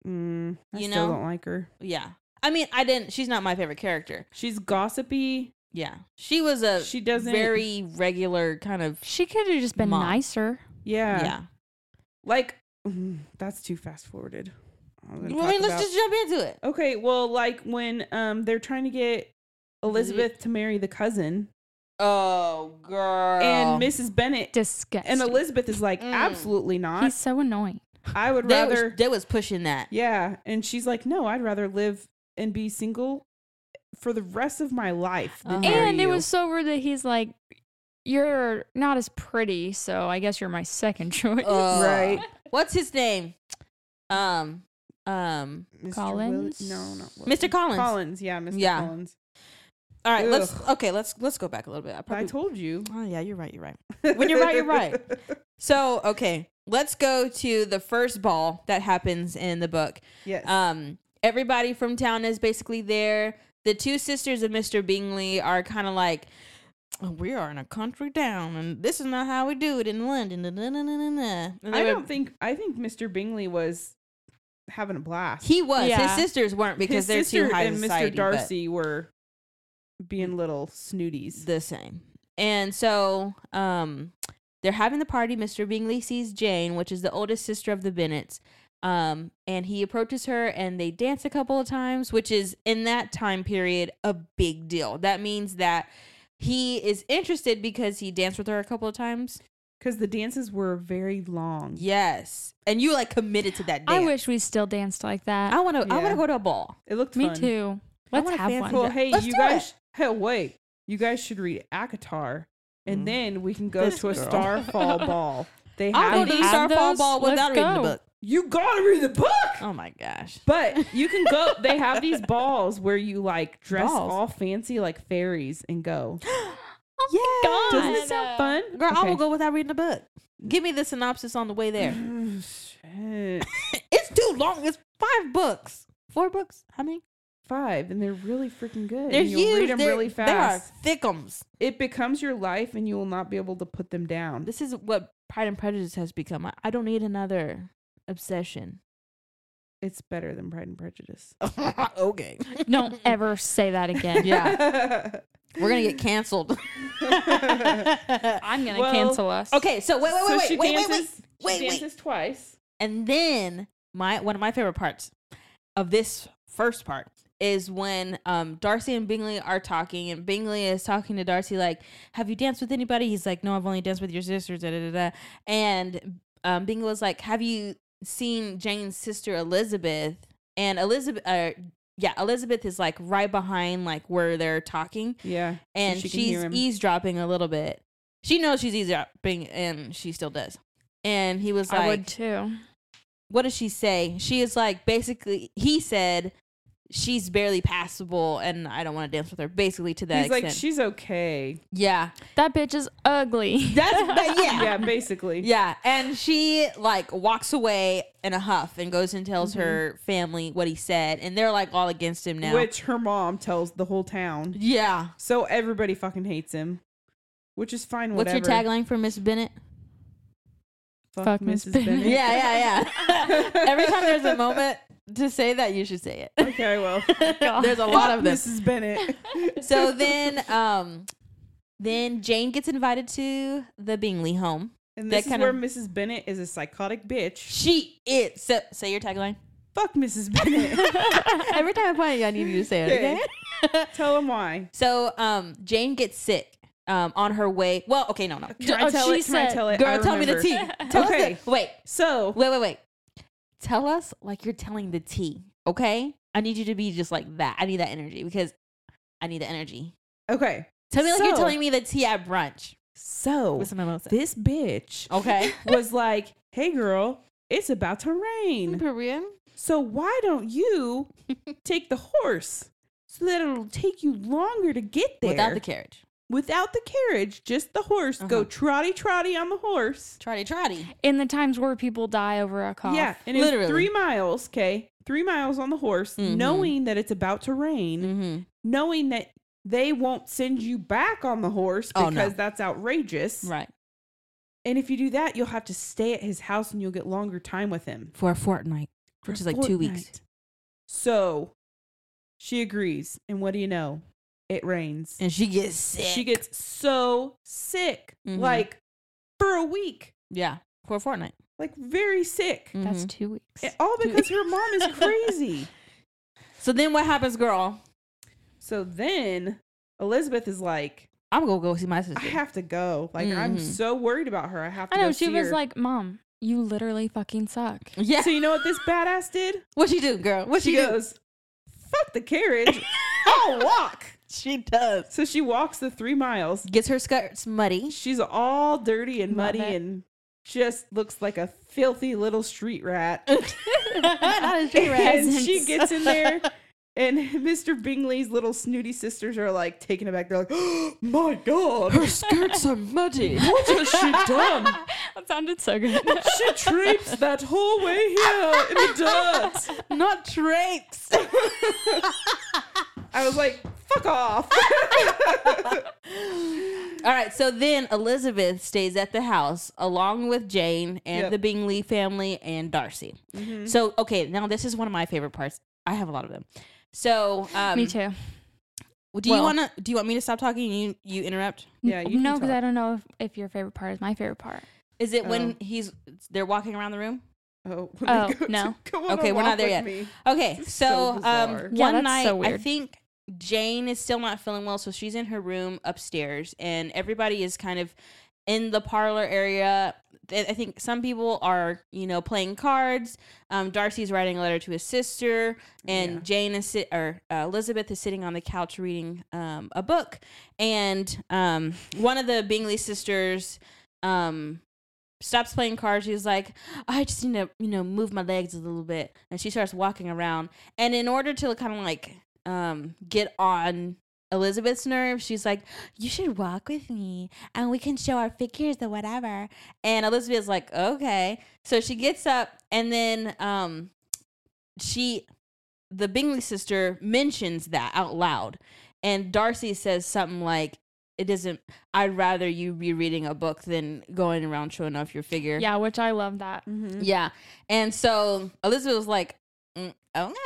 Mm, I
You
still
know?
don't like her.
Yeah. I mean, I didn't she's not my favorite character.
She's gossipy.
Yeah. She was a
She doesn't-
very regular kind of
She could have just been
Mom.
nicer.
Yeah.
yeah.
Like, mm, that's too fast forwarded. I was gonna
Well, I mean,
talk
let's
about-
just jump into it.
Okay, well, like when um they're trying to get Elizabeth to marry the cousin,
Oh, girl.
and Mrs. Bennett
Disgusting.
and Elizabeth is like,
Mm.
absolutely not.
He's so annoying.
I would
they
rather.
was, they was pushing that.
Yeah. And she's like, no, I'd rather live and be single for the rest of my life. Than
Uh-huh.
marry
and it
you."
was so rude that he's like, "You're not as pretty, so I guess you're my second choice."
Uh,
Right.
What's his name? Um um
Mr. Willi-
Collins?
no, not Willi-
Mr. Collins.
Collins. Yeah. Mr.
Yeah.
Collins.
All right, let's
Ugh.
okay, let's let's go back a little bit. I
I
probably
told you.
Oh yeah, you're right, you're right. When you're right, you're right. So, okay, let's go to the first ball that happens in the book.
yes.
Um, everybody from town is basically there. The two sisters of Mr. Bingley are kind of like, we are in a country town, and this is not how we do it in London. da, da, da, da, da, da." And they
I
were-
don't think, I think Mr. Bingley was having a blast.
he was.
Yeah.
His sisters weren't because
His
they're
sister
too high
and
society,
Mr.
but Mm.
Darcy were being little snooties.
the same. And so, um, they're having the party. Mr. Bingley sees Jane, which is the oldest sister of the Bennets. Um, and he approaches her and they dance a couple of times, which is in that time period a big deal. That means that he is interested because he danced with her a couple of times.
Because the dances were very long.
Yes. And you like committed to that dance.
I wish we still danced like that.
I want to I want
Yeah.
to go to a ball.
It looked
Me
fun.
too.
I
Let's
want a
have
fancy
one.
Well,
Yeah.
hey,
Let's
you
do
guys. Hey, wait. You guys should read ACOTAR, and
Mm.
then we can go
This
to a
girl.
Starfall Ball. They have.
I'll go
they
to the
have
Starfall
those?
Ball
Let's
without reading the
go.
book.
you gotta read the book.
Oh my gosh.
But you can go. They have these balls where you like dress
Balls?
all fancy like fairies and go.
Oh my
Doesn't it
God.
sound fun?
Girl, I
Okay.
will go without reading the book. Give me the synopsis on the way there.
Oh, shit.
It's too long. It's five books. Four books? How many?
Five, and they're really freaking good.
They're
and you'll
huge.
read them
They're-
really fast.
They are thickums.
It becomes your life, and you will not be able to put them down.
This is what Pride and Prejudice has become. I, I don't need another obsession.
It's better than Pride and Prejudice.
okay.
Don't ever say that again.
Yeah.
We're gonna get canceled.
I'm gonna
Well,
cancel us.
okay, so wait, wait,
so
wait,
she
wait, wait, wait,
dances,
wait,
she
wait, wait.
dances twice.
And then my one of my favorite parts of this first part is when um, Darcy and Bingley are talking, and Bingley is talking to Darcy like, "Have you danced with anybody?" He's like, "No, I've only danced with your sisters." Da da da. da." And um, Bingley was like, "Have you seen Jane's sister Elizabeth?" And Elizabeth, uh, yeah, Elizabeth is like right behind like where they're talking,
Yeah.
and
she can hear
she's
him.
eavesdropping a little bit. She knows she's eavesdropping, and she still does. And he was like,
I would too.
what does she say? She is like basically he said she's barely passable and I don't want to dance with her. Basically to that
He's
extent.
like, she's okay.
yeah.
That bitch is ugly.
That's that, yeah. yeah.
Yeah, basically.
and she like walks away in a huff and goes and
Mm-hmm.
tells her family what he said, and they're like all against him now.
Which her mom tells the whole town.
yeah,
So everybody fucking hates him. Which is fine, whatever.
what's your tagline for Miss Bennett?
Fuck,
Fuck Miss
Mrs. Bennett.
Bennett.
Yeah, yeah, yeah. Every time there's a moment to say that, you should say it.
Okay, well.
there's a lot
Fuck
of them.
Mrs. Bennett.
so then um then Jane gets invited to the Bingley home.
And
That
this is
kind
where
of-
Mrs. Bennett is a psychotic bitch.
She is. So, say your tagline.
Fuck Mrs. Bennett.
Every time I point you, I need you to say it. Okay.
Tell him why.
So, um, Jane gets sick. Um, on her way. Well, okay, no, no.
Can I
Oh,
tell
she
it? Can I
said-
tell it? I
Girl, tell me the
remember.
tea. Tell
Okay.
us the, wait,
So
wait, wait, wait. Tell us like you're telling the tea. Okay. I need you to be just like that. I need that energy because I need the energy.
okay.
Tell me like you're
So-
telling me the tea at brunch
So
with some mimosa.
this bitch
Okay.
was like, "Hey, girl, it's about to rain,
Peruvian.
so why don't you take the horse so that it'll take you longer to get there
Without the carriage.
without the carriage, just the horse. Go
Uh-huh.
trotty trotty on the horse.
Trotty trotty.
In the times where people die over a cough.
Yeah, and it was
Literally.
three miles. Okay, three miles on the horse,
Mhm.
knowing that it's about to rain,
Mm-hmm.
knowing that." They won't send you back on the horse
Oh,
because
no.
that's outrageous.
Right.
And if you do that, you'll have to stay at his house and you'll get longer time with him.
For a fortnight.
for
Which
a
is like two weeks.
fortnight. So she agrees. And what do you know? It rains.
And she gets sick.
She gets so sick,
Mhm.
like for a week,
Yeah, for a fortnight.
like very sick.
That's
Mhm.
Mm, two weeks.
And all because her mom is crazy.
so then what happens, girl?
So then Elizabeth is like,
I'm gonna go see my sister.
I have to go. Like, I'm
Mhm.
so worried about her. I have to
I know.
go
She
see
was
her."
like, Mom, you literally fucking suck.
yeah.
So you know what this badass did?
what she do, girl? What she,
She
do?
goes, fuck the carriage. I'll walk.
She does.
So she walks the three miles.
Gets her skirts muddy.
She's all dirty and
Love
muddy
it.
and just looks like a filthy little street rat.
Not a street rat.
and she gets in there, and Mr. Bingley's little snooty sisters are like taken aback. They're like, oh, my God,
Her skirts are muddy.
what has she done?
That sounded so good.
She traipsed that whole way here in the dirt.
Not drapes.
I was like, fuck off.
All right, so then Elizabeth stays at the house along with Jane and
Yep.
the Bingley family and Darcy. So, okay, now this is one of my favorite parts. I have a lot of them. So, um,
Me too.
Do you
Well-
want to? Do you want me to stop talking? And you you interrupt.
Yeah, you can
no, because
talk.
I don't know if, if your favorite part is my favorite part.
Is it when
Um,
he's they're walking around the room?
Oh,
Oh, no.
Come on
Okay,
a
we're not
walk
there
with
yet.
me.
Okay,
This is
so,
so
um,
bizarre.
Yeah,
one night
that's so
I
weird.
think Jane is still not feeling well, so she's in her room upstairs, and everybody is kind of in the parlor area. Th- I think some people are, you know, playing cards. Um, Darcy's writing a letter to his sister, and
Yeah.
Jane is sit or uh, Elizabeth is sitting on the couch reading um, a book, and um, one of the Bingley sisters. Um, stops playing cards. She's like, I just need to, you know, move my legs a little bit. And she starts walking around. And in order to kind of like um, get on Elizabeth's nerves, she's like, You should walk with me and we can show our figures or whatever. And Elizabeth's like, Okay. So she gets up and then um, she, the Bingley sister, mentions that out loud. And Darcy says something like, it doesn't. I'd rather you be reading a book than going around showing off your figure. Mm-hmm.
Yeah, which I love that.
Mhm.
Yeah. And so Elizabeth was like, Mm, okay, whatever.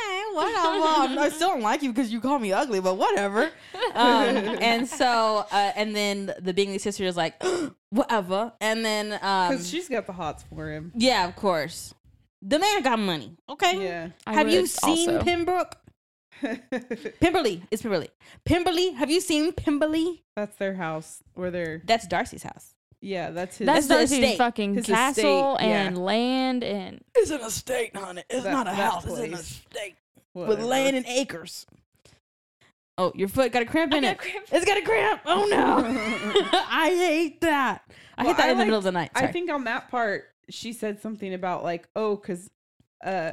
I still don't like you because you call me ugly, but whatever. Um, and so, uh, and then the Bingley sister is like, whatever. And then, um,
Because she's got the hots for him.
yeah, of course, the man got money. Okay.
Yeah.
I
Have you
would
seen
also.
Pembroke? Pemberley. It's Pemberley. Pemberley. Have you seen Pemberley?
that's their house where they're.
That's Darcy's house.
Yeah, that's his.
That's
the
Darcy's
estate.
fucking
His
castle
estate, yeah.
and land and
It's an estate, honey. It's
That- not a that house, it's an place.
estate
whatever.
and acres. Oh, your foot got a cramp in it.
It's
It's got a cramp. Oh no. I hate that. I
Well,
hate that
I
in the middle
liked-
of the night.
I
Sorry.
think on that part, she said something about like, oh, because, uh,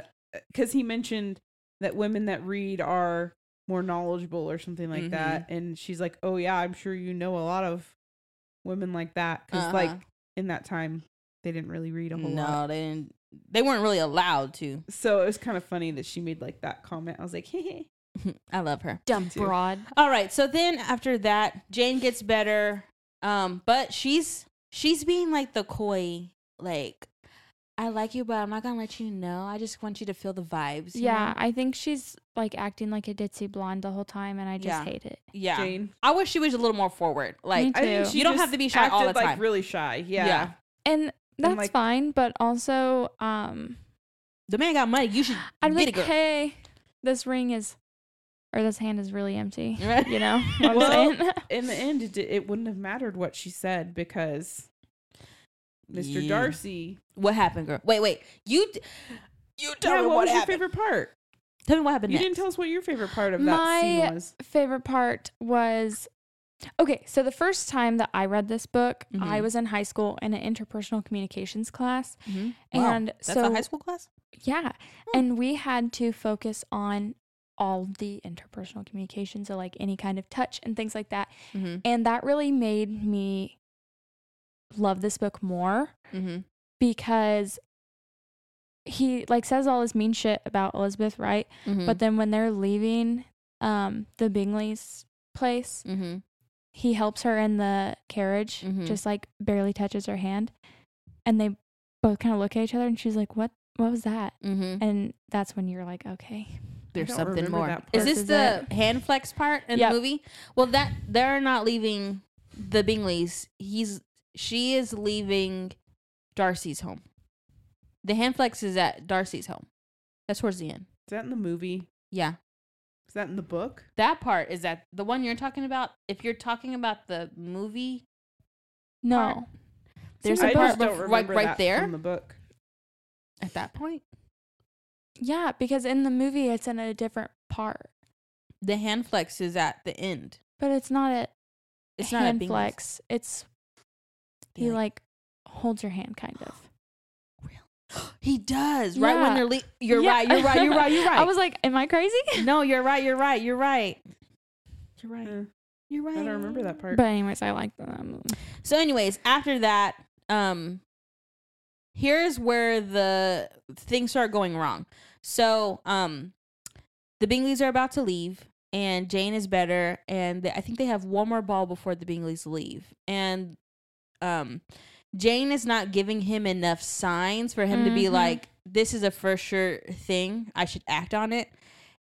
because he mentioned that women that read are more knowledgeable or something
Mm-hmm.
like that, and she's like, oh yeah, I'm sure you know a lot of women like that because
Uh-huh.
like in that time they didn't really read a whole lot.
no, they didn't. They weren't really allowed to.
So it was kind of funny that she made like that comment. I was like, hey,
I love her.
dumb
too.
broad.
All right. So then after that, Jane gets better. Um, but she's she's being like the coy, like I like you, but I'm not gonna let you know. I just want you to feel the vibes. you know?
Yeah, I think she's like acting like a ditzy blonde the whole time, and I just
Yeah.
hate it.
yeah.
Jane.
I wish she was a little more forward. Like
Me too.
You don't have
just
to be shy all
acted,
the
Like
time.
really shy. Yeah.
Yeah.
And that's
like-
fine, but also, um,
the man got money. You should
I'm
get
like,
a girl.
hey, this ring is, or this hand is really empty.
Right.
You know what I'm
Well,
saying?
In the end, it, di- it wouldn't have mattered what she said because Mr.
Yeah.
Darcy.
What happened, girl? Wait, wait. You d- you tell
yeah,
me
what,
what,
was
happened.
your favorite part?
Tell me what happened.
You
next.
didn't tell us what your favorite part of that scene
My-
was.
favorite part was okay so the first time that i read this book i
Mhm.
was in high school in an interpersonal communications class
Mhm.
and
that's
so
a high school class.
yeah
Hmm.
and we had to focus on all the interpersonal communication so like any kind of touch and things like that
Mm-hmm.
and that really made me love this book more
Mm-hmm.
because he like says all this mean shit about elizabeth right
Mm-hmm.
but then when they're leaving um the bingley's place
mm-hmm.
he helps her in the carriage,
Mhm.
just like barely touches her hand. And they both kind of look at each other and she's like, What what was that?
Mm-hmm.
And that's when you're like, Okay.
There's
don't
something
remember
more.
that
Is this
part. This is
the hand flex part in
Yep.
the movie? Well, that they're not leaving the Bingleys. He's she is leaving Darcy's home. The hand flex is at Darcy's home. That's towards the end.
Is that in the movie?
Yeah.
Is that in the book?
That part is that the one you're talking about. If you're talking about the movie,
No.
Part- there's
in
a
the
part
book.
bef- right, right
that
there
from the book.
at that point.
Yeah, because in the movie it's in a different part.
The hand flex is at the end.
But it's not a
It's not
hand
at Bingley's.
flex. It's he like holds your hand kind of.
he does right when
Yeah.
they're le- you're
Yeah.
right. You're right. You're right. You're right.
I was like, Am I crazy?
no. You're right. You're right. You're right. You're
Eh,
right.
I
You're right.
don't remember that part.
But anyways, I like them.
So, anyways, after that, um, here's where the things start going wrong. So, um, the Bingleys are about to leave, and Jane is better, and they, I think they have one more ball before the Bingleys leave, and um, Jane is not giving him enough signs for him to be
Mhm.
like, "This is a for sure thing. I should act on it,"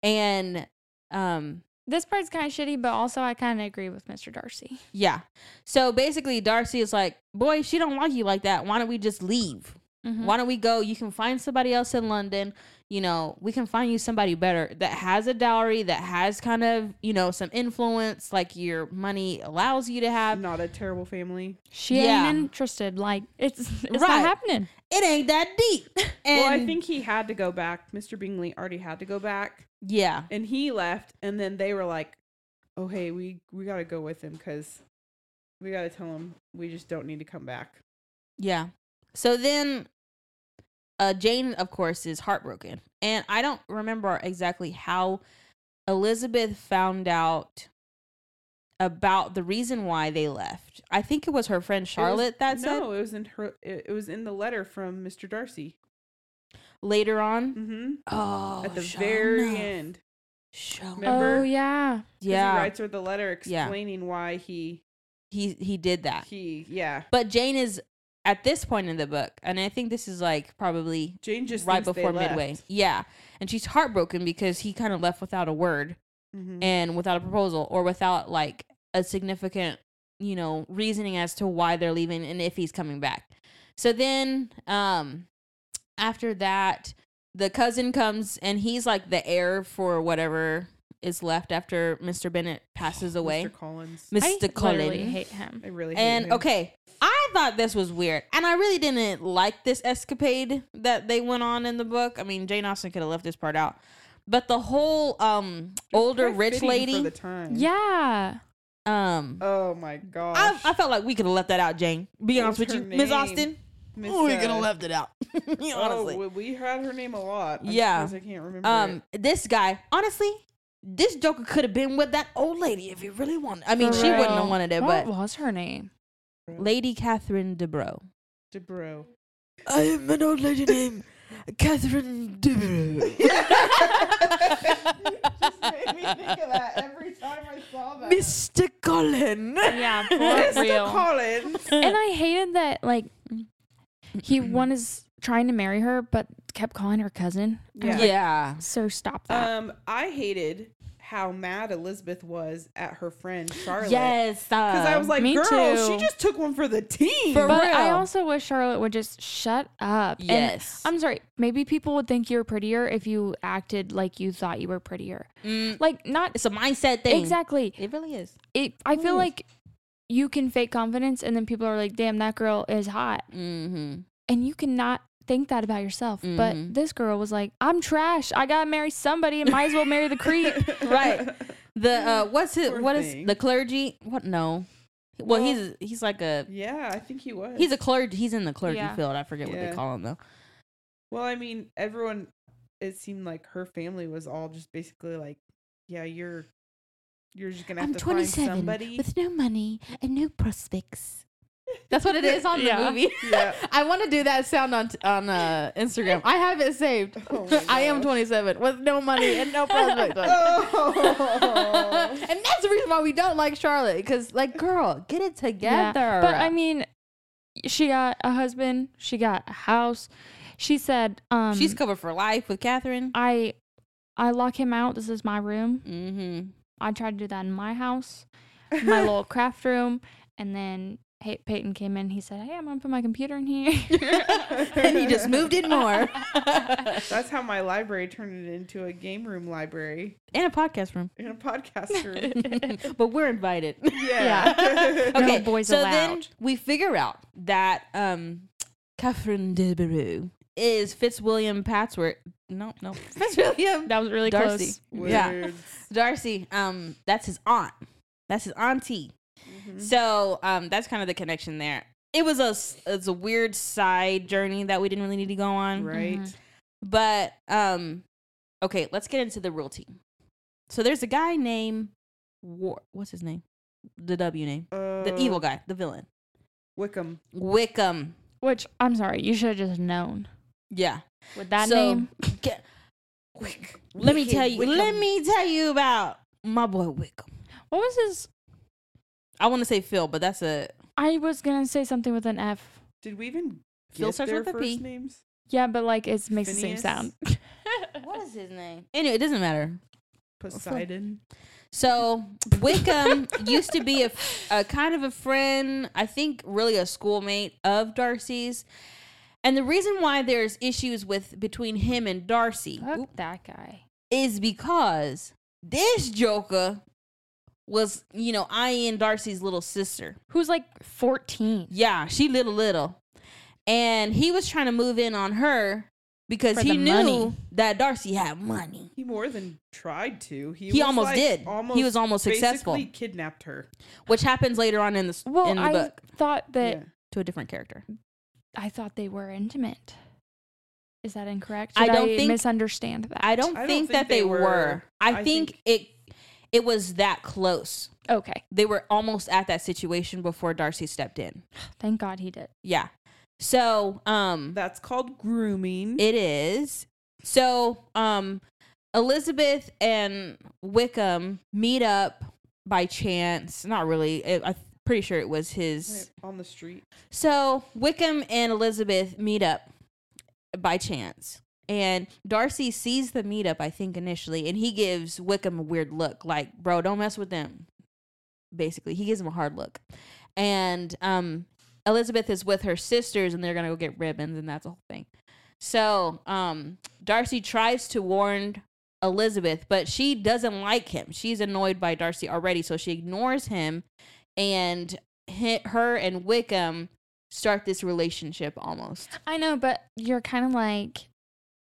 and um,
This part's kinda shitty, but also I kinda agree with Mr. Darcy.
Yeah. So basically, Darcy is like, "Boy, she don't like you like that. Why don't we just leave?
Mm-hmm.
Mhm.
Why don't we go? You can find somebody else in London. You know, we can find you somebody better that has a dowry, that has kind of you know some influence, like your money allows you to have.
Not a terrible family.
She
Yeah.
ain't interested. Like it's it's
Right.
not happening.
It ain't that deep." And
well, I think he had to go back. Mr. Bingley already had to go back,
yeah,
and he left. And then they were like, "Oh, hey, we we gotta go with him because we gotta tell him we just don't need to come back."
yeah. So then. Uh, Jane, of course, is heartbroken. And I don't remember exactly how Elizabeth found out about the reason why they left. I think it was her friend Charlotte that
That's
said
no. It was in her. It, it was in the letter from Mr. Darcy.
later on.
Mm-hmm.
Oh,
At the
sure
very
enough.
end, 'Cause
Sure
Remember?
Oh yeah.
he
Yeah,
writes her the letter
Yeah.
explaining why he
he he did that.
he yeah
But Jane is at this point in the book, and I think this is like probably
Jane just
right
thinks they
before midway.
left.
Yeah. And she's heartbroken because he kind of left without a word
Mhm.
and without a proposal or without like a significant, you know, reasoning as to why they're leaving and if he's coming back. So then um after that the cousin comes and he's like the heir for whatever is left after Mr. Bennett passes away.
Mr. Collins.
I
Mr.
literally
Cullen.
hate him.
I really hate
And
him.
okay, I thought this was weird, and I really didn't like this escapade that they went on in the book. I mean, Jane Austen could have left this part out, but the whole um older
Quite
rich
fitting for
lady,
the time.
Yeah.
um,
Oh my gosh.
I, I felt like we could have left that out, Jane. Be
What
honest
was
with you,
her
Miss
name?
Austen,
Miss,
we could
uh,
have left it out. Honestly,
Oh, we- we had her name a lot. I'm
Yeah.
surprised I can't remember.
um,
it.
this guy, honestly. This Joker could have been with that old lady if he really wanted. I mean,
For
she wouldn't
real.
have wanted it,
What
but
was her name?
Lady Catherine DeBrow.
Debro.
I am an old lady named Catherine Devereux.
Just made me think of that every time I saw that.
Mr. Colin.
Yeah, for
Mr.
real.
Collins.
And I hated that like he one is trying to marry her but kept calling her cousin. I was
Yeah. uh,
like,
Yeah.
so stop that.
Um, I hated how mad Elizabeth was at her friend Charlotte.
Yes. uh,
Because I was like,
Me
girl, she
too.
just took one for the team.
For-
but I
real.
also wish Charlotte would just shut up. And
yes.
I'm sorry. Maybe people would think you were prettier if you acted like you thought you were prettier.
Mm,
Like not
it's a mindset thing.
exactly.
It really is.
It, I feel
Ooh.
like you can fake confidence, and then people are like, "Damn, that girl is hot,"
Mm-hmm.
and you cannot think that about yourself.
Mhm.
But this girl was like, "I'm trash. I gotta marry somebody, and might as well marry the creep."
Right. The uh, what's it?
Poor
What is
thing.
the clergy? What? No. Well,
Well-
he's he's like a
Yeah, I think he was.
he's a clergy. He's in the clergy
Yeah.
field. I forget what they
Yeah.
call him though.
Well, I mean, everyone. It seemed like her family was all just basically like, "Yeah, you're, you're just gonna have to find somebody."
no money and no prospects. That's what it is on
Yeah.
the movie.
yeah.
I want to do that sound on on uh, Instagram. I have it saved.
Oh my
I am
gosh.
27 with no money and no prospect.
Oh.
and that's the reason why we don't like Charlotte because, like, girl, get it
Yeah,
together.
But I mean, she got a husband. She got a house. She said, um,
she's covered for life with Catherine.
I, I lock him out. This is my room.
Mm-hmm.
I tried to do that in my house, my little craft room, and then Hey, Peyton came in. He said, "Hey, I'm gonna put my computer in here."
and he just moved in more
That's how my library turned it into a game room library
in a podcast room.
and a podcast room.
but we're invited.
Yeah.
No boys
so then
allowed.
we figure out that um, Catherine Devereux is Fitzwilliam Patsworth. No, no, Fitzwilliam
that was really
Darcy.
close.
Yeah.
Words.
Darcy. Um, that's his aunt. That's his auntie.
Mhm.
So um, that's kind of the connection there. It was a s- it's a weird side journey that we didn't really need to go on,
Right.
Mhm.
but um, okay, let's get into the real team. So there's a guy named War. What's his name? The W name. The E
Uh,
evil guy, the villain.
Wickham.
Wickham.
Which I'm sorry, you should have just known
Yeah.
with that
So,
name.
get- let me tell you. Let me tell you about my boy Wickham.
What was his?
I want to say Phil, but that's a
I was gonna say something with an F.
Did we even
Phil
get
starts
their
with a
first
P.
names?
Yeah, but like it makes the same
Phineas?
sound.
what is his name? Anyway, it doesn't matter.
Poseidon.
So Wickham used to be a, a kind of a friend, I think really a schoolmate of Darcy's. And the reason why there's issues with between him and Darcy
Fuck that guy.
is because this Joker was, you know, eyeing Darcy's little sister.
Who's like 14?
Yeah, she little little. And he was trying to move in on her because
For
he
the
knew
money.
that Darcy had money.
He more than tried to. He,
He
was,
almost
like,
did. He
Almost
was almost successful.
basically kidnapped her.
which happens later on in the s-
Well,
in the
I
book
thought that
Yeah.
to a different character.
I thought they were intimate. Is that incorrect?
I
Did
don't think-
misunderstand that.
I don't,
I don't
think, that they, were. I,
I
think, it it was that close.
Okay,
They were almost at that situation before Darcy stepped in.
thank God he did.
Yeah. So, um
That's called grooming.
it is. So, um Elizabeth and Wickham meet up by chance. Not really. It, I Pretty sure it was his.
on the street.
So Wickham and Elizabeth meet up by chance. And Darcy sees the meetup, I think, initially, and he gives Wickham a weird look, like, bro, don't mess with them. Basically, he gives him a hard look. And um, Elizabeth is with her sisters, and they're going to go get ribbons, and that's the whole thing. So um, Darcy tries to warn Elizabeth, but she doesn't like him. She's annoyed by Darcy already, so she ignores him. And hi- her and Wickham start this relationship almost.
I know, but you're kind of like,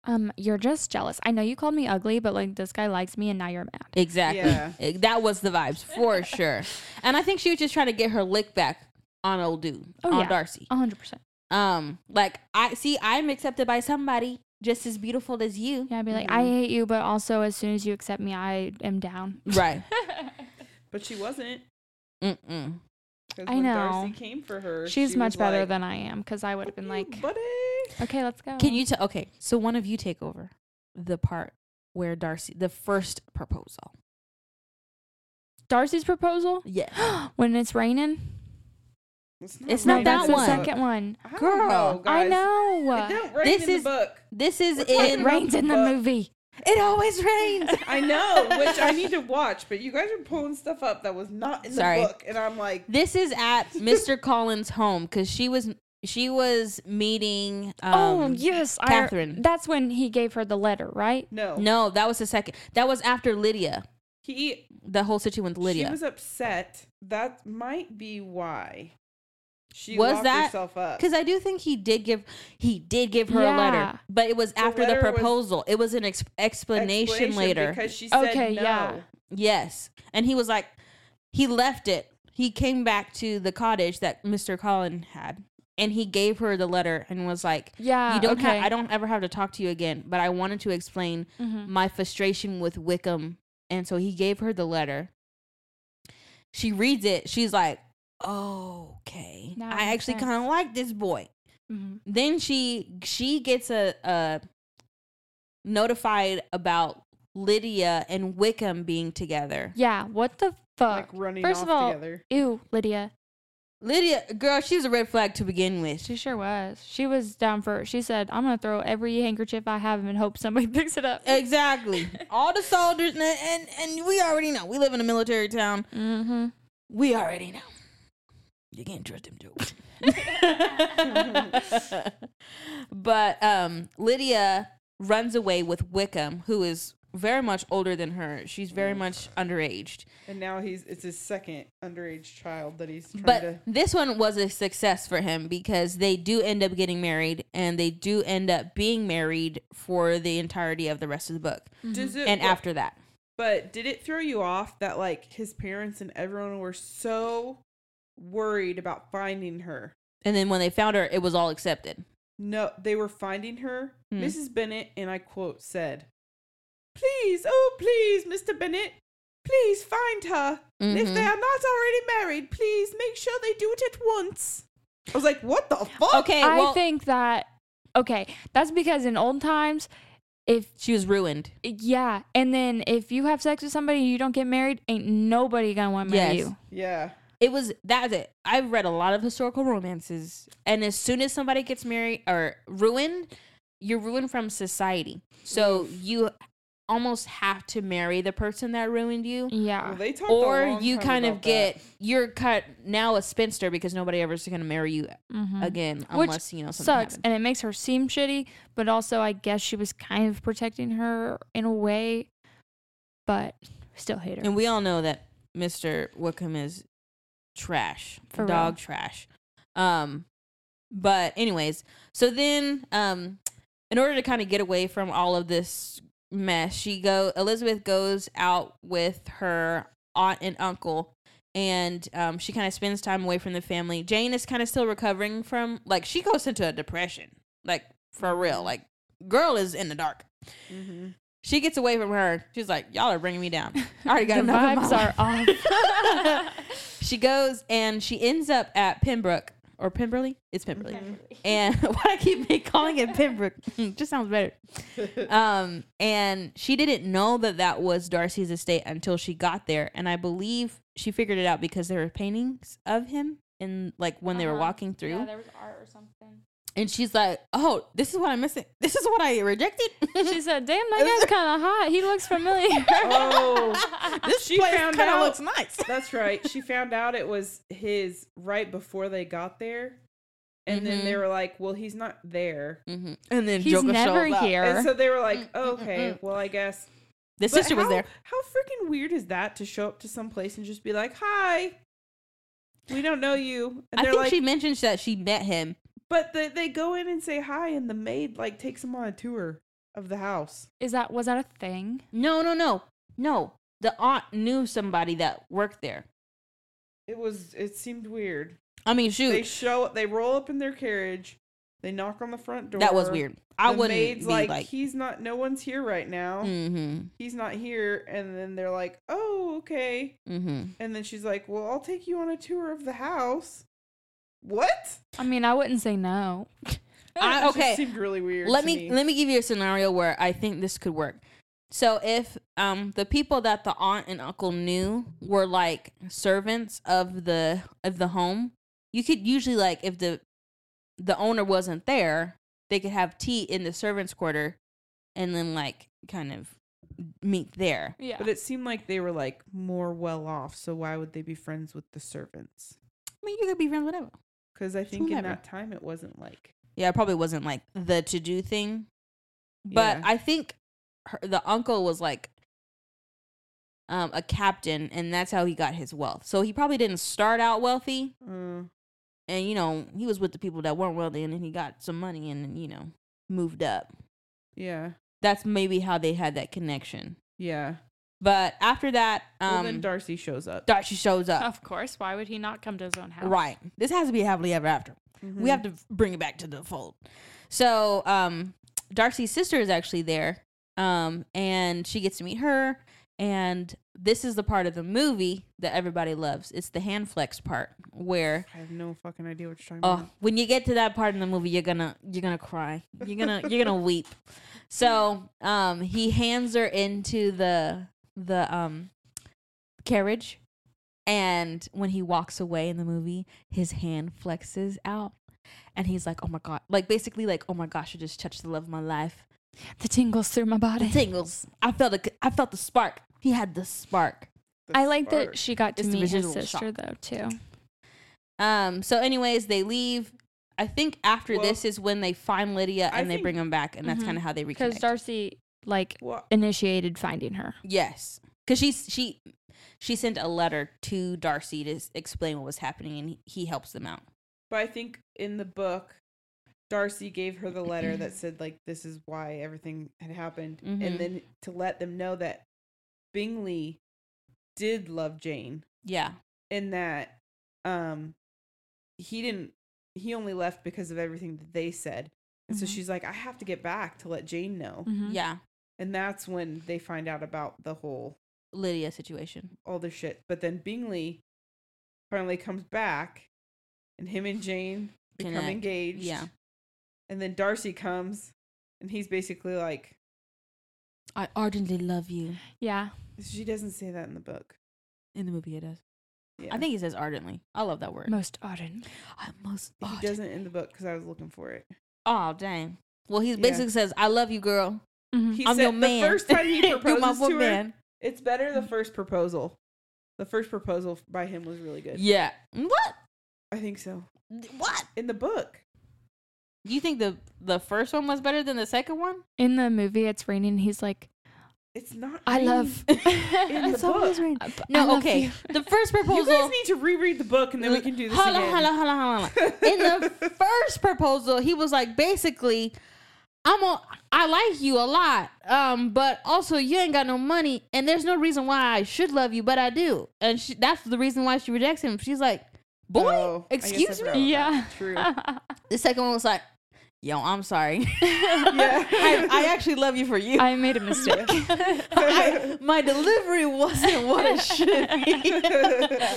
um, you're just jealous. I know you called me ugly, but like this guy likes me, and now you're mad.
Exactly.
Yeah.
Eh, That was the vibes for sure. And I think she was just trying to get her lick back on old dude,
Oh,
on
yeah.
Darcy.
A hundred percent.
Um, like I see, I'm accepted by somebody just as beautiful as you.
Yeah, I'd be like,
Mm-hmm.
I hate you, but also as soon as you accept me, I am down.
Right.
But she wasn't.
Mm-mm.
'cause
I
when
know.
Darcy came for her.
She's
she
much
was
better
like,
than I am because I would have
"Fuck
been
you,
like,
buddy.
okay, let's go.
Can you tell? Okay, so one of you take over the part where Darcy, the first proposal.
Darcy's proposal
Yeah.
when it's raining?
not,
It's not
right
that
that's
in
the
one.
second one.
I don't
Girl,
know,
I
guys. It
know.
don't rain
This
in the
is-
book.
This is
It
in.
rains in the
But-
movie.
It always rains.
I know, which I need to watch, but you guys are pulling stuff up that was not in the
Sorry.
book, and I'm like,
This is at Mr. Collins' home because she was she was meeting. Um,
oh yes, I-
Catherine.
that's when he gave her the letter, right?
no,
No, that was the second. That was after Lydia.
He,
The whole situation with Lydia.
she was upset. That might be why she
Was
locked
that-
herself up.
because I do think he did give he did give her a
Yeah.
letter, but it was after the
letter was-
proposal. it was an ex- explanation, later.
because she said
Okay,
no.
yeah.
Yes, and he was like, he left it. He came back to the cottage that Mr. Collin had, and he gave her the letter and was like,
Yeah.
"You don't
okay.
have. I don't ever have to talk to you again." But I wanted to explain
Mm-hmm.
Mhm.
my frustration with Wickham. And so he gave her the letter. She reads it. She's like, okay,
That
I
makes
actually
sense.
kind of like this boy. Mm-hmm.
Mhm.
Then she she gets a, a notified about Lydia and Wickham being together.
Yeah. What the fuck?
Like running
First
off
of all,
together.
ew, Lydia.
Lydia, girl, she was a red flag to begin with.
She sure was. She was down for. She said, "I'm gonna throw every handkerchief I have and hope somebody picks it up."
Exactly. All the soldiers and, and and we already know. We live in a military town.
Mm-hmm.
We already know. You can't trust him, Joe. but um, Lydia runs away with Wickham, who is very much older than her. She's very much underaged.
And now he's it's his second underage child that he's trying
But
to.
this one was a success for him because they do end up getting married and they do end up being married for the entirety of the rest of the book.
Mm-hmm.
Does it,
And after that,
but did it throw you off that like his parents and everyone were so worried about finding her?
and then when they found her, it was all accepted.
No, they were finding her.
Hmm.
Mrs. Bennett, and I quote, said, Please, oh, please, Mr. Bennett, please find her. And If
Mhm.
they are not already married, please make sure they do it at once. I was like, What the fuck?
Okay, eh, well,
I think that okay, that's because in old times, if
she was ruined.
yeah, and then if you have sex with somebody and you don't get married, ain't nobody gonna want to marry
Yes.
you.
Yeah.
it was that's it. I've read a lot of historical romances, and as soon as somebody gets married or ruined, you're ruined from society. So you almost have to marry the person that ruined you,
Well,
Yeah,
they talked a
or
long
you
time
kind of
about that.
get you're cut now a spinster because nobody ever's going to marry you
Mm.
Mhm.
again
Which
unless you know something
sucks,
happens.
and it makes her seem shitty. But also, I guess she was kind of protecting her in a way, but still hate her.
And we all know that Mr. Wickham is trash,
For
dog
real.
trash. Um, but anyways, so then, um, in order to kind of get away from all of this mess, she go Elizabeth goes out with her aunt and uncle. And um, she kind of spends time away from the family. Jane is kind of still recovering from, like, she goes into a depression, like, for real. Like, girl is in the dark.
Mhm.
She gets away from her. She's like, y'all are bringing me down. I already got
the
enough of my
vibes
life."
are off.
she goes and she ends up at Pembroke or Pemberley. It's Pemberley. And why I keep calling it Pembroke? Just sounds better. Um, and she didn't know that that was Darcy's estate until she got there, and I believe she figured it out because there were paintings of him in like when they were
Uh-huh.
walking through.
Yeah, there was art or something.
And she's like, "Oh, this is what I'm missing. This is what I rejected."
She said, "Damn, that guy's kind of hot. He looks familiar."
Oh.
this
She
place
found
kinda
out.
looks nice.
That's right. She found out it was his right before they got there. And then they
Mhm.
were like, well, he's not there.
hmm And then
He's
Joker
never
shows up.
here.
And so they were like,
Mm, mm, mm,
okay,
mm.
well, I guess.
The
But
sister was
how-
there.
How freaking weird is that to show up to some place and just be like, hi, we don't know you. And
I
they're
think
like,
she mentions that she met him.
but the, they go in and say hi, and the maid like takes them on a tour of the house.
Is that was that a thing?
No, no, no, no. The aunt knew somebody that worked there.
It was, it seemed weird.
I mean,
They
shoot,
show up, they roll up in their carriage, they knock on the front door.
that was weird. I
the
wouldn't
maid's
be
like,
like.
he's not no one's here right now
mm-hmm,
he's not here and then they're like oh okay
mm-hmm.
and then she's like well i'll take you on a tour of the house what
I mean, I wouldn't say no.
I-
It just
Uh, okay,
seemed really weird
let
to
me, let me give you a scenario where I think this could work. So if um the people that the aunt and uncle knew were like servants of the of the home, you could usually like if the the owner wasn't there, they could have tea in the servants' quarter, and then like kind of meet there.
Yeah.
but it seemed like they were like more well off so why would they be friends with the servants
I mean, you could be friends, whatever.
because i think in
Whomever.
that time it wasn't like
Yeah, it probably wasn't like the to do thing, but
Yeah.
I think her, the uncle was like um, a captain, and that's how he got his wealth. So he probably didn't start out wealthy,
uh,
and you know he was with the people that weren't wealthy, and then he got some money, and then, you know moved up.
yeah
That's maybe how they had that connection.
yeah
But after that,
well
um,
then darcy shows up
Darcy shows up.
of course. Why would he not come to his own house?
uh, Right. This has to be happily ever after.
Mm-hmm.
We have to bring it back to the fold. So, um, Darcy's sister is actually there, um, and she gets to meet her. And this is the part of the movie that everybody loves. It's the hand flex part where,
i have no fucking idea what you're talking
oh, when you get to that part in the movie, you're gonna you're gonna cry. You're gonna you're gonna weep. So, um, he hands her into the the um carriage, and when he walks away in the movie, his hand flexes out. And he's like, oh my God. Like, basically, like, oh my gosh, I just touched the love of my life.
The tingles through my
The
body.
tingles. I felt, a, I felt the spark. He had the spark.
about
I like
spark.
that she got to
It's the
meet his
residual
sister
shock.
though too.
Um. So, anyways, they leave. I think after
Well,
this is when they find Lydia
I
and they
think-
bring him back. And that's
Mhm.
kind of how they
Because
reconnect.
Darcy like
well,
initiated finding her.
yes. Because she, she, she sent a letter to Darcy to s- explain what was happening, and he, he helps them out.
But I think in the book, Darcy gave her the letter that said like this is why everything had happened,
Mhm.
and then to let them know that Bingley did love Jane
Yeah.
and that um he didn't he only left because of everything that they said. And so
Mm-hmm.
Mhm.
she's like, I have to get back to let Jane know.
Mm-hmm.
Yeah.
And that's when they find out about the whole
Lydia situation.
all this shit. But then Bingley finally comes back, and him and Jane become
Connect.
engaged.
Yeah.
And then Darcy comes, and he's basically like,
I ardently love you.
Yeah.
she doesn't say that in the book.
In the movie, it does.
Yeah.
I think he says ardently. I love that word.
Most ardent.
I most
he doesn't in the book because I was looking for it.
Oh dang. Well, he
Yeah.
basically says, "I love you, girl.
Mm-hmm.
He
Mm-hmm. I'm
said
your
the
man."
first time he
You're
proposes
my
to her,
woman.
it's better
Mm.
the first proposal. The first proposal by him was really good.
Yeah. What?
I think so.
What?
In the book,
You think the the first one was better than the second one?
In the movie, it's raining. He's like,
it's not.
I
really-
love.
In the book. Uh,
raining.
No. okay. The first
You guys
proposal.
need to reread the book, and then we can do this
Holla,
again.
holla, holla, holla. In the first proposal, he was like, basically, I'm a, I like you a lot, um, but also you ain't got no money, and there's no reason why I should love you, but I do, and she, that's the reason why she rejects him. She's like, boy,
Oh, I guess I
excuse me.
forgot.
Yeah.
True.
The second one was like, yo, I'm sorry.
Yeah.
I, I actually love you for you.
I made a mistake.
I- my delivery wasn't what it should be.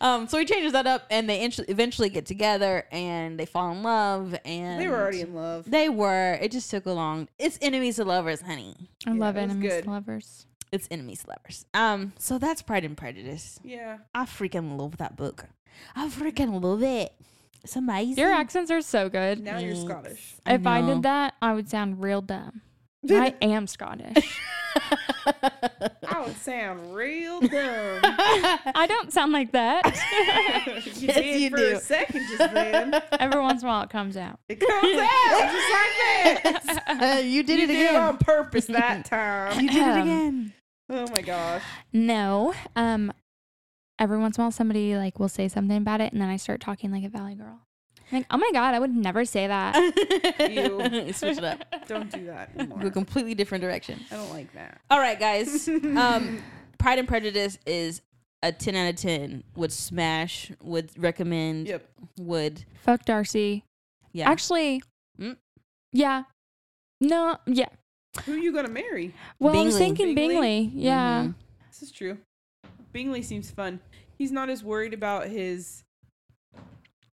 Um, so he changes that up, and they intu- eventually get together, and they fall in love, and
They were already in love.
They were. It just took a long. It's enemies to lovers, honey.
I
Yeah,
love
it was
enemies
good.
to lovers.
It's enemies to lovers. Um, so that's Pride and Prejudice.
yeah.
I freaking love that book. I freaking love it. It's amazing.
Mm.
Your accents are so good.
Now you're
Thanks.
Scottish.
If I,
know.
did that, I would sound real dumb. I am Scottish.
I would sound real dumb.
I don't sound like that.
you did
you
for
do.
a second just then.
Every once in a while, it comes out.
It comes out
"Oh,
just like that.
Uh, you did
you
it
did it
again.
on purpose that time.
You did it
Um,
again.
Oh my gosh.
No. Um. Every once in a while, somebody like will say something about it, and then I start talking like a Valley girl. I'm like, oh my god, I would never say that.
You-
Switch it up.
Don't do that anymore.
Go a completely different direction.
I don't like that.
All right, guys. Um, Pride and Prejudice is a 10 out of 10. Would smash, would recommend,
Yep.
would.
Fuck Darcy.
Yeah.
Actually,
Mm.
yeah. No, yeah.
Who are you gonna marry?
Well, I
Bingley.
was thinking Bingley.
Bingley?
Yeah.
Mhm.
This is true. Bingley seems fun. He's not as worried about his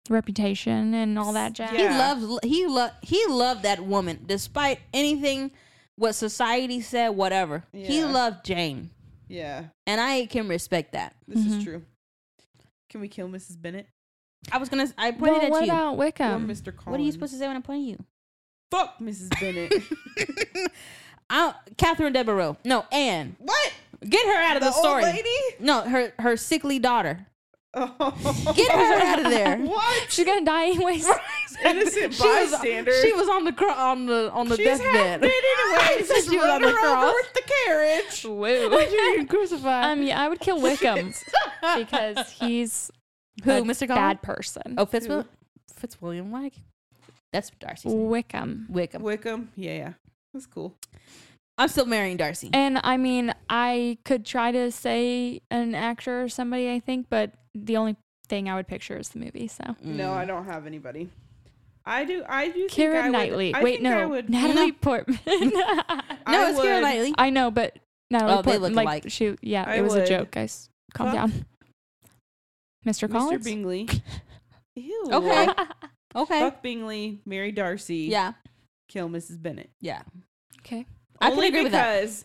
Reputation and all that jazz.
He
Yeah.
loved he loved he loved that woman despite anything what society said whatever. He
Yeah.
loved Jane.
Yeah,
And I can respect that.
this
Mhm.
is true. Can we kill Mrs. Bennett?
I was going to I pointed
Well,
at
what
you.
about
or
Wickham?
Mr. Collins.
Um, what are you supposed to say when I point at you?
Fuck Mrs. Bennett.
I, Catherine Devereaux. No, Anne.
what?
Get her out of the,
old
story.
lady?
No, her her sickly daughter.
Oh.
Get her out of there.
What?
She's gonna die anyways.
Innocent
She was-
bystander.
She was on the cro- on the on the
She's half dead
deathbed.
anyway. Just
She was on
run
the
her
cross.
over with the carriage.
Why you get crucified?
um, yeah, I would kill Wickham because he's
Who,
a
Mr. Collins?
bad person.
Oh, Fitzwilliam. Fitzwilliam Wag. That's Darcy's name.
Wickham.
Wickham.
Wickham. Yeah, yeah. That's cool.
I'm still marrying Darcy.
And I mean, I could try to say an actor or somebody, I think, but the only thing I would picture is the movie. So
No,
Mm.
I don't have anybody. I do. I do. think I
Karen
would-
Knightley.
I
Wait,
think I
no,
would-
Natalie Portman.
No,
I
it's Kira
would-
Knightley.
I know, but Natalie
Oh, they
Portman,
look
like
alike.
she, yeah,
I
it was a
would
joke, guys. Calm
fuck
down, Mr.
Mr.
Collins.
Bingley. Ew.
Okay. Okay.
Fuck Bingley. Mary Darcy.
Yeah.
Kill Mrs. Bennett.
Yeah.
okay,
I can
Only
agree with that.
because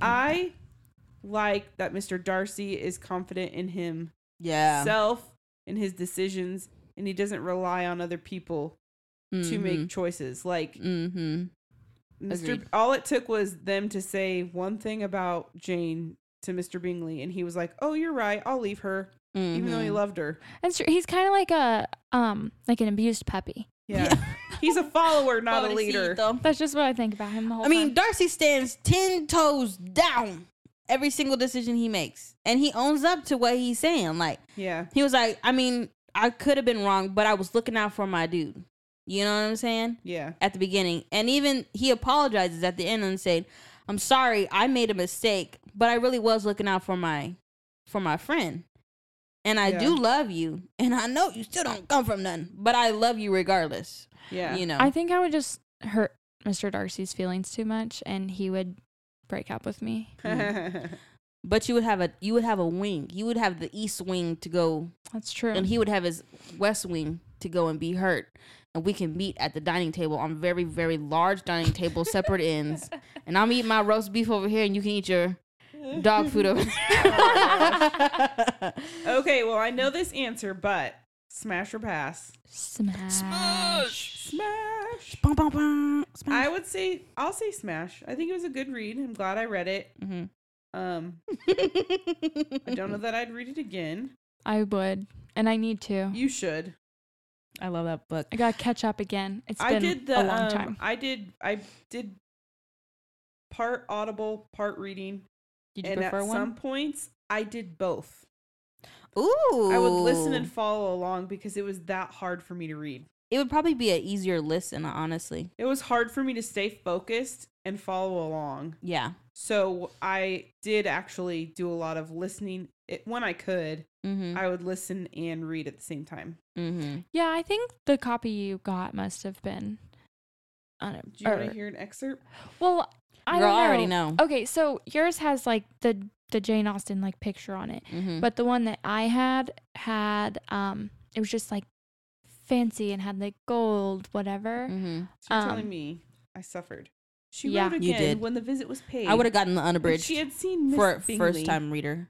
I like that Mr. Darcy is confident in himself
Yeah.
and his decisions, and he doesn't rely on other people to make choices. Like
Mm-hmm.
Mr.
Agreed.
All it took was them to say one thing about Jane to Mr. Bingley, and he was like, "Oh, you're right. I'll leave her, even
Mm-hmm.
though he loved her."
that's true. He's kind of like a um, like an abused puppy.
Yeah, he's a follower, not a leader.
That's just what I think about him the whole
I mean,
time.
Darcy stands ten toes down every single decision he makes, and he owns up to what he's saying. Like
Yeah,
he was like, I mean, I could have been wrong, but I was looking out for my dude. You know what I'm saying?
yeah,
at the beginning. And even he apologizes at the end and said, "I'm sorry, I made a mistake, but I really was looking out for my for my friend. And I do
Yeah.
love you, and I know you still don't come from none, but I love you regardless."
yeah.
You know.
I think I would just hurt Mr. Darcy's feelings too much, and he would break up with me.
but you would have a you would have a wing. You would have the east wing to go
That's true.
and he would have his west wing to go and be hurt. And we can meet at the dining table on very, very large dining table, separate ends. And I'm eating my roast beef over here, and you can eat your dog food over there.
okay, well, I know this answer, but smash or pass?
Smash.
Smash.
Bum, bum, bum.
I would say I'll say smash. I think it was a good read. I'm glad I read it.
Mhm.
Um, I don't know that I'd read it again.
I would, and I need to.
You should.
I love that book.
I gotta catch up again. It's been
I did the
a long
um,
time.
I did I did part audible, part reading,
Did you
and uh, at
prefer
some
one?
points I did both.
Ooh,
I would listen and follow along because it was that hard for me to read.
it would probably be an easier listen, honestly.
It was hard for me to stay focused and follow along.
Yeah.
So I did actually do a lot of listening. It, when I could,
Mm-hmm.
I would listen and read at the same time.
mm-hmm.
Yeah, I think the copy you got must have been. I don't-
Do you want
or-
to hear an excerpt?
Well, I
Girl,
don't
I already
know.
know.
Okay, so yours has like the the Jane Austen like picture on it.
Mm-hmm.
But the one that I had had um it was just like fancy and had like gold whatever.
mm-hmm.
So you're
Um,
telling me I suffered. She
yeah.
wrote again
You did.
when the visit was paid.
I would have gotten the
If
unabridged
She had seen Miss
for
Bingley,
first time reader.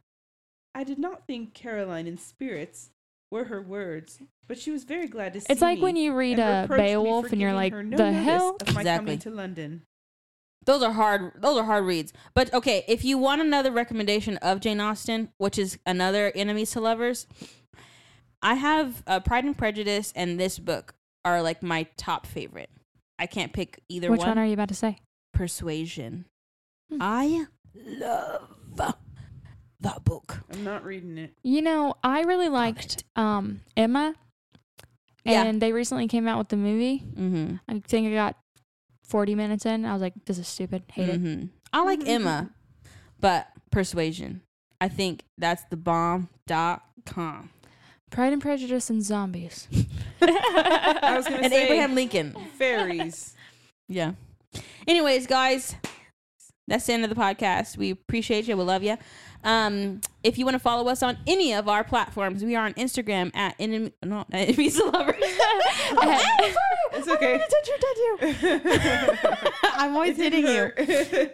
I did not think Caroline in spirits were her words, but she was very glad to see
It's like
me
when you read
and
a
reproached me
Beowulf
for
and you're
giving
like,
her no
the
notice
hell?
of my
Exactly.
coming to London.
Those are hard. Those are hard reads. But okay, if you want another recommendation of Jane Austen, which is another enemies to lovers, I have uh, Pride and Prejudice and this book are like my top favorite. I can't pick either
Which
one.
one? are you about to say?
Persuasion.
Hmm.
I love that book.
I'm not reading it.
You know, I really liked um Emma.
Yeah.
And they recently came out with the movie.
Mm-hmm.
I think I got 40 minutes in. I was like, this is stupid. Hate it. Mm-hmm.
hmm I like Emma, but Persuasion. I think that's the bomb dot com.
Pride and Prejudice and Zombies.
I
was gonna
and
say-
Abraham Lincoln.
Fairies.
Yeah. Anyways, guys, that's the end of the podcast. We appreciate you. We love you. Um, if you want to follow us on any of our platforms, we are on Instagram at enemy, no, enemies to lovers. oh, I'm
It's
sorry.
okay.
I wanted to touch your tattoo. I'm always hitting you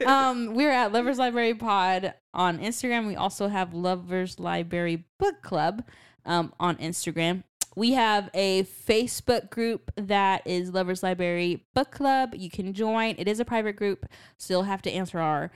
you.
um, we're at Lovers Library Pod on Instagram. We also have Lovers Library Book Club um, on Instagram. We have a Facebook group that is Lovers Library Book Club. You can join. It is a private group, so you'll have to answer our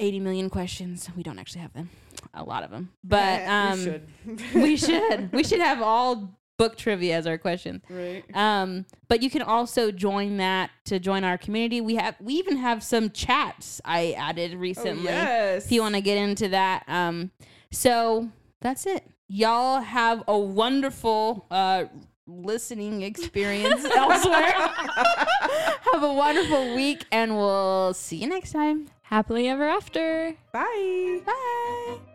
80 million questions. We don't actually have them, a lot of them, but um,
Eh, we should.
we should. We should have all book trivia as our question.
Right.
Um, but you can also join that to join our community. We have we even have some chats I added recently.
Oh, yes.
If you want to get into that. Um, so that's it. Y'all have a wonderful uh listening experience elsewhere. have a wonderful week and we'll see you next time.
Happily ever after.
Bye.
Bye.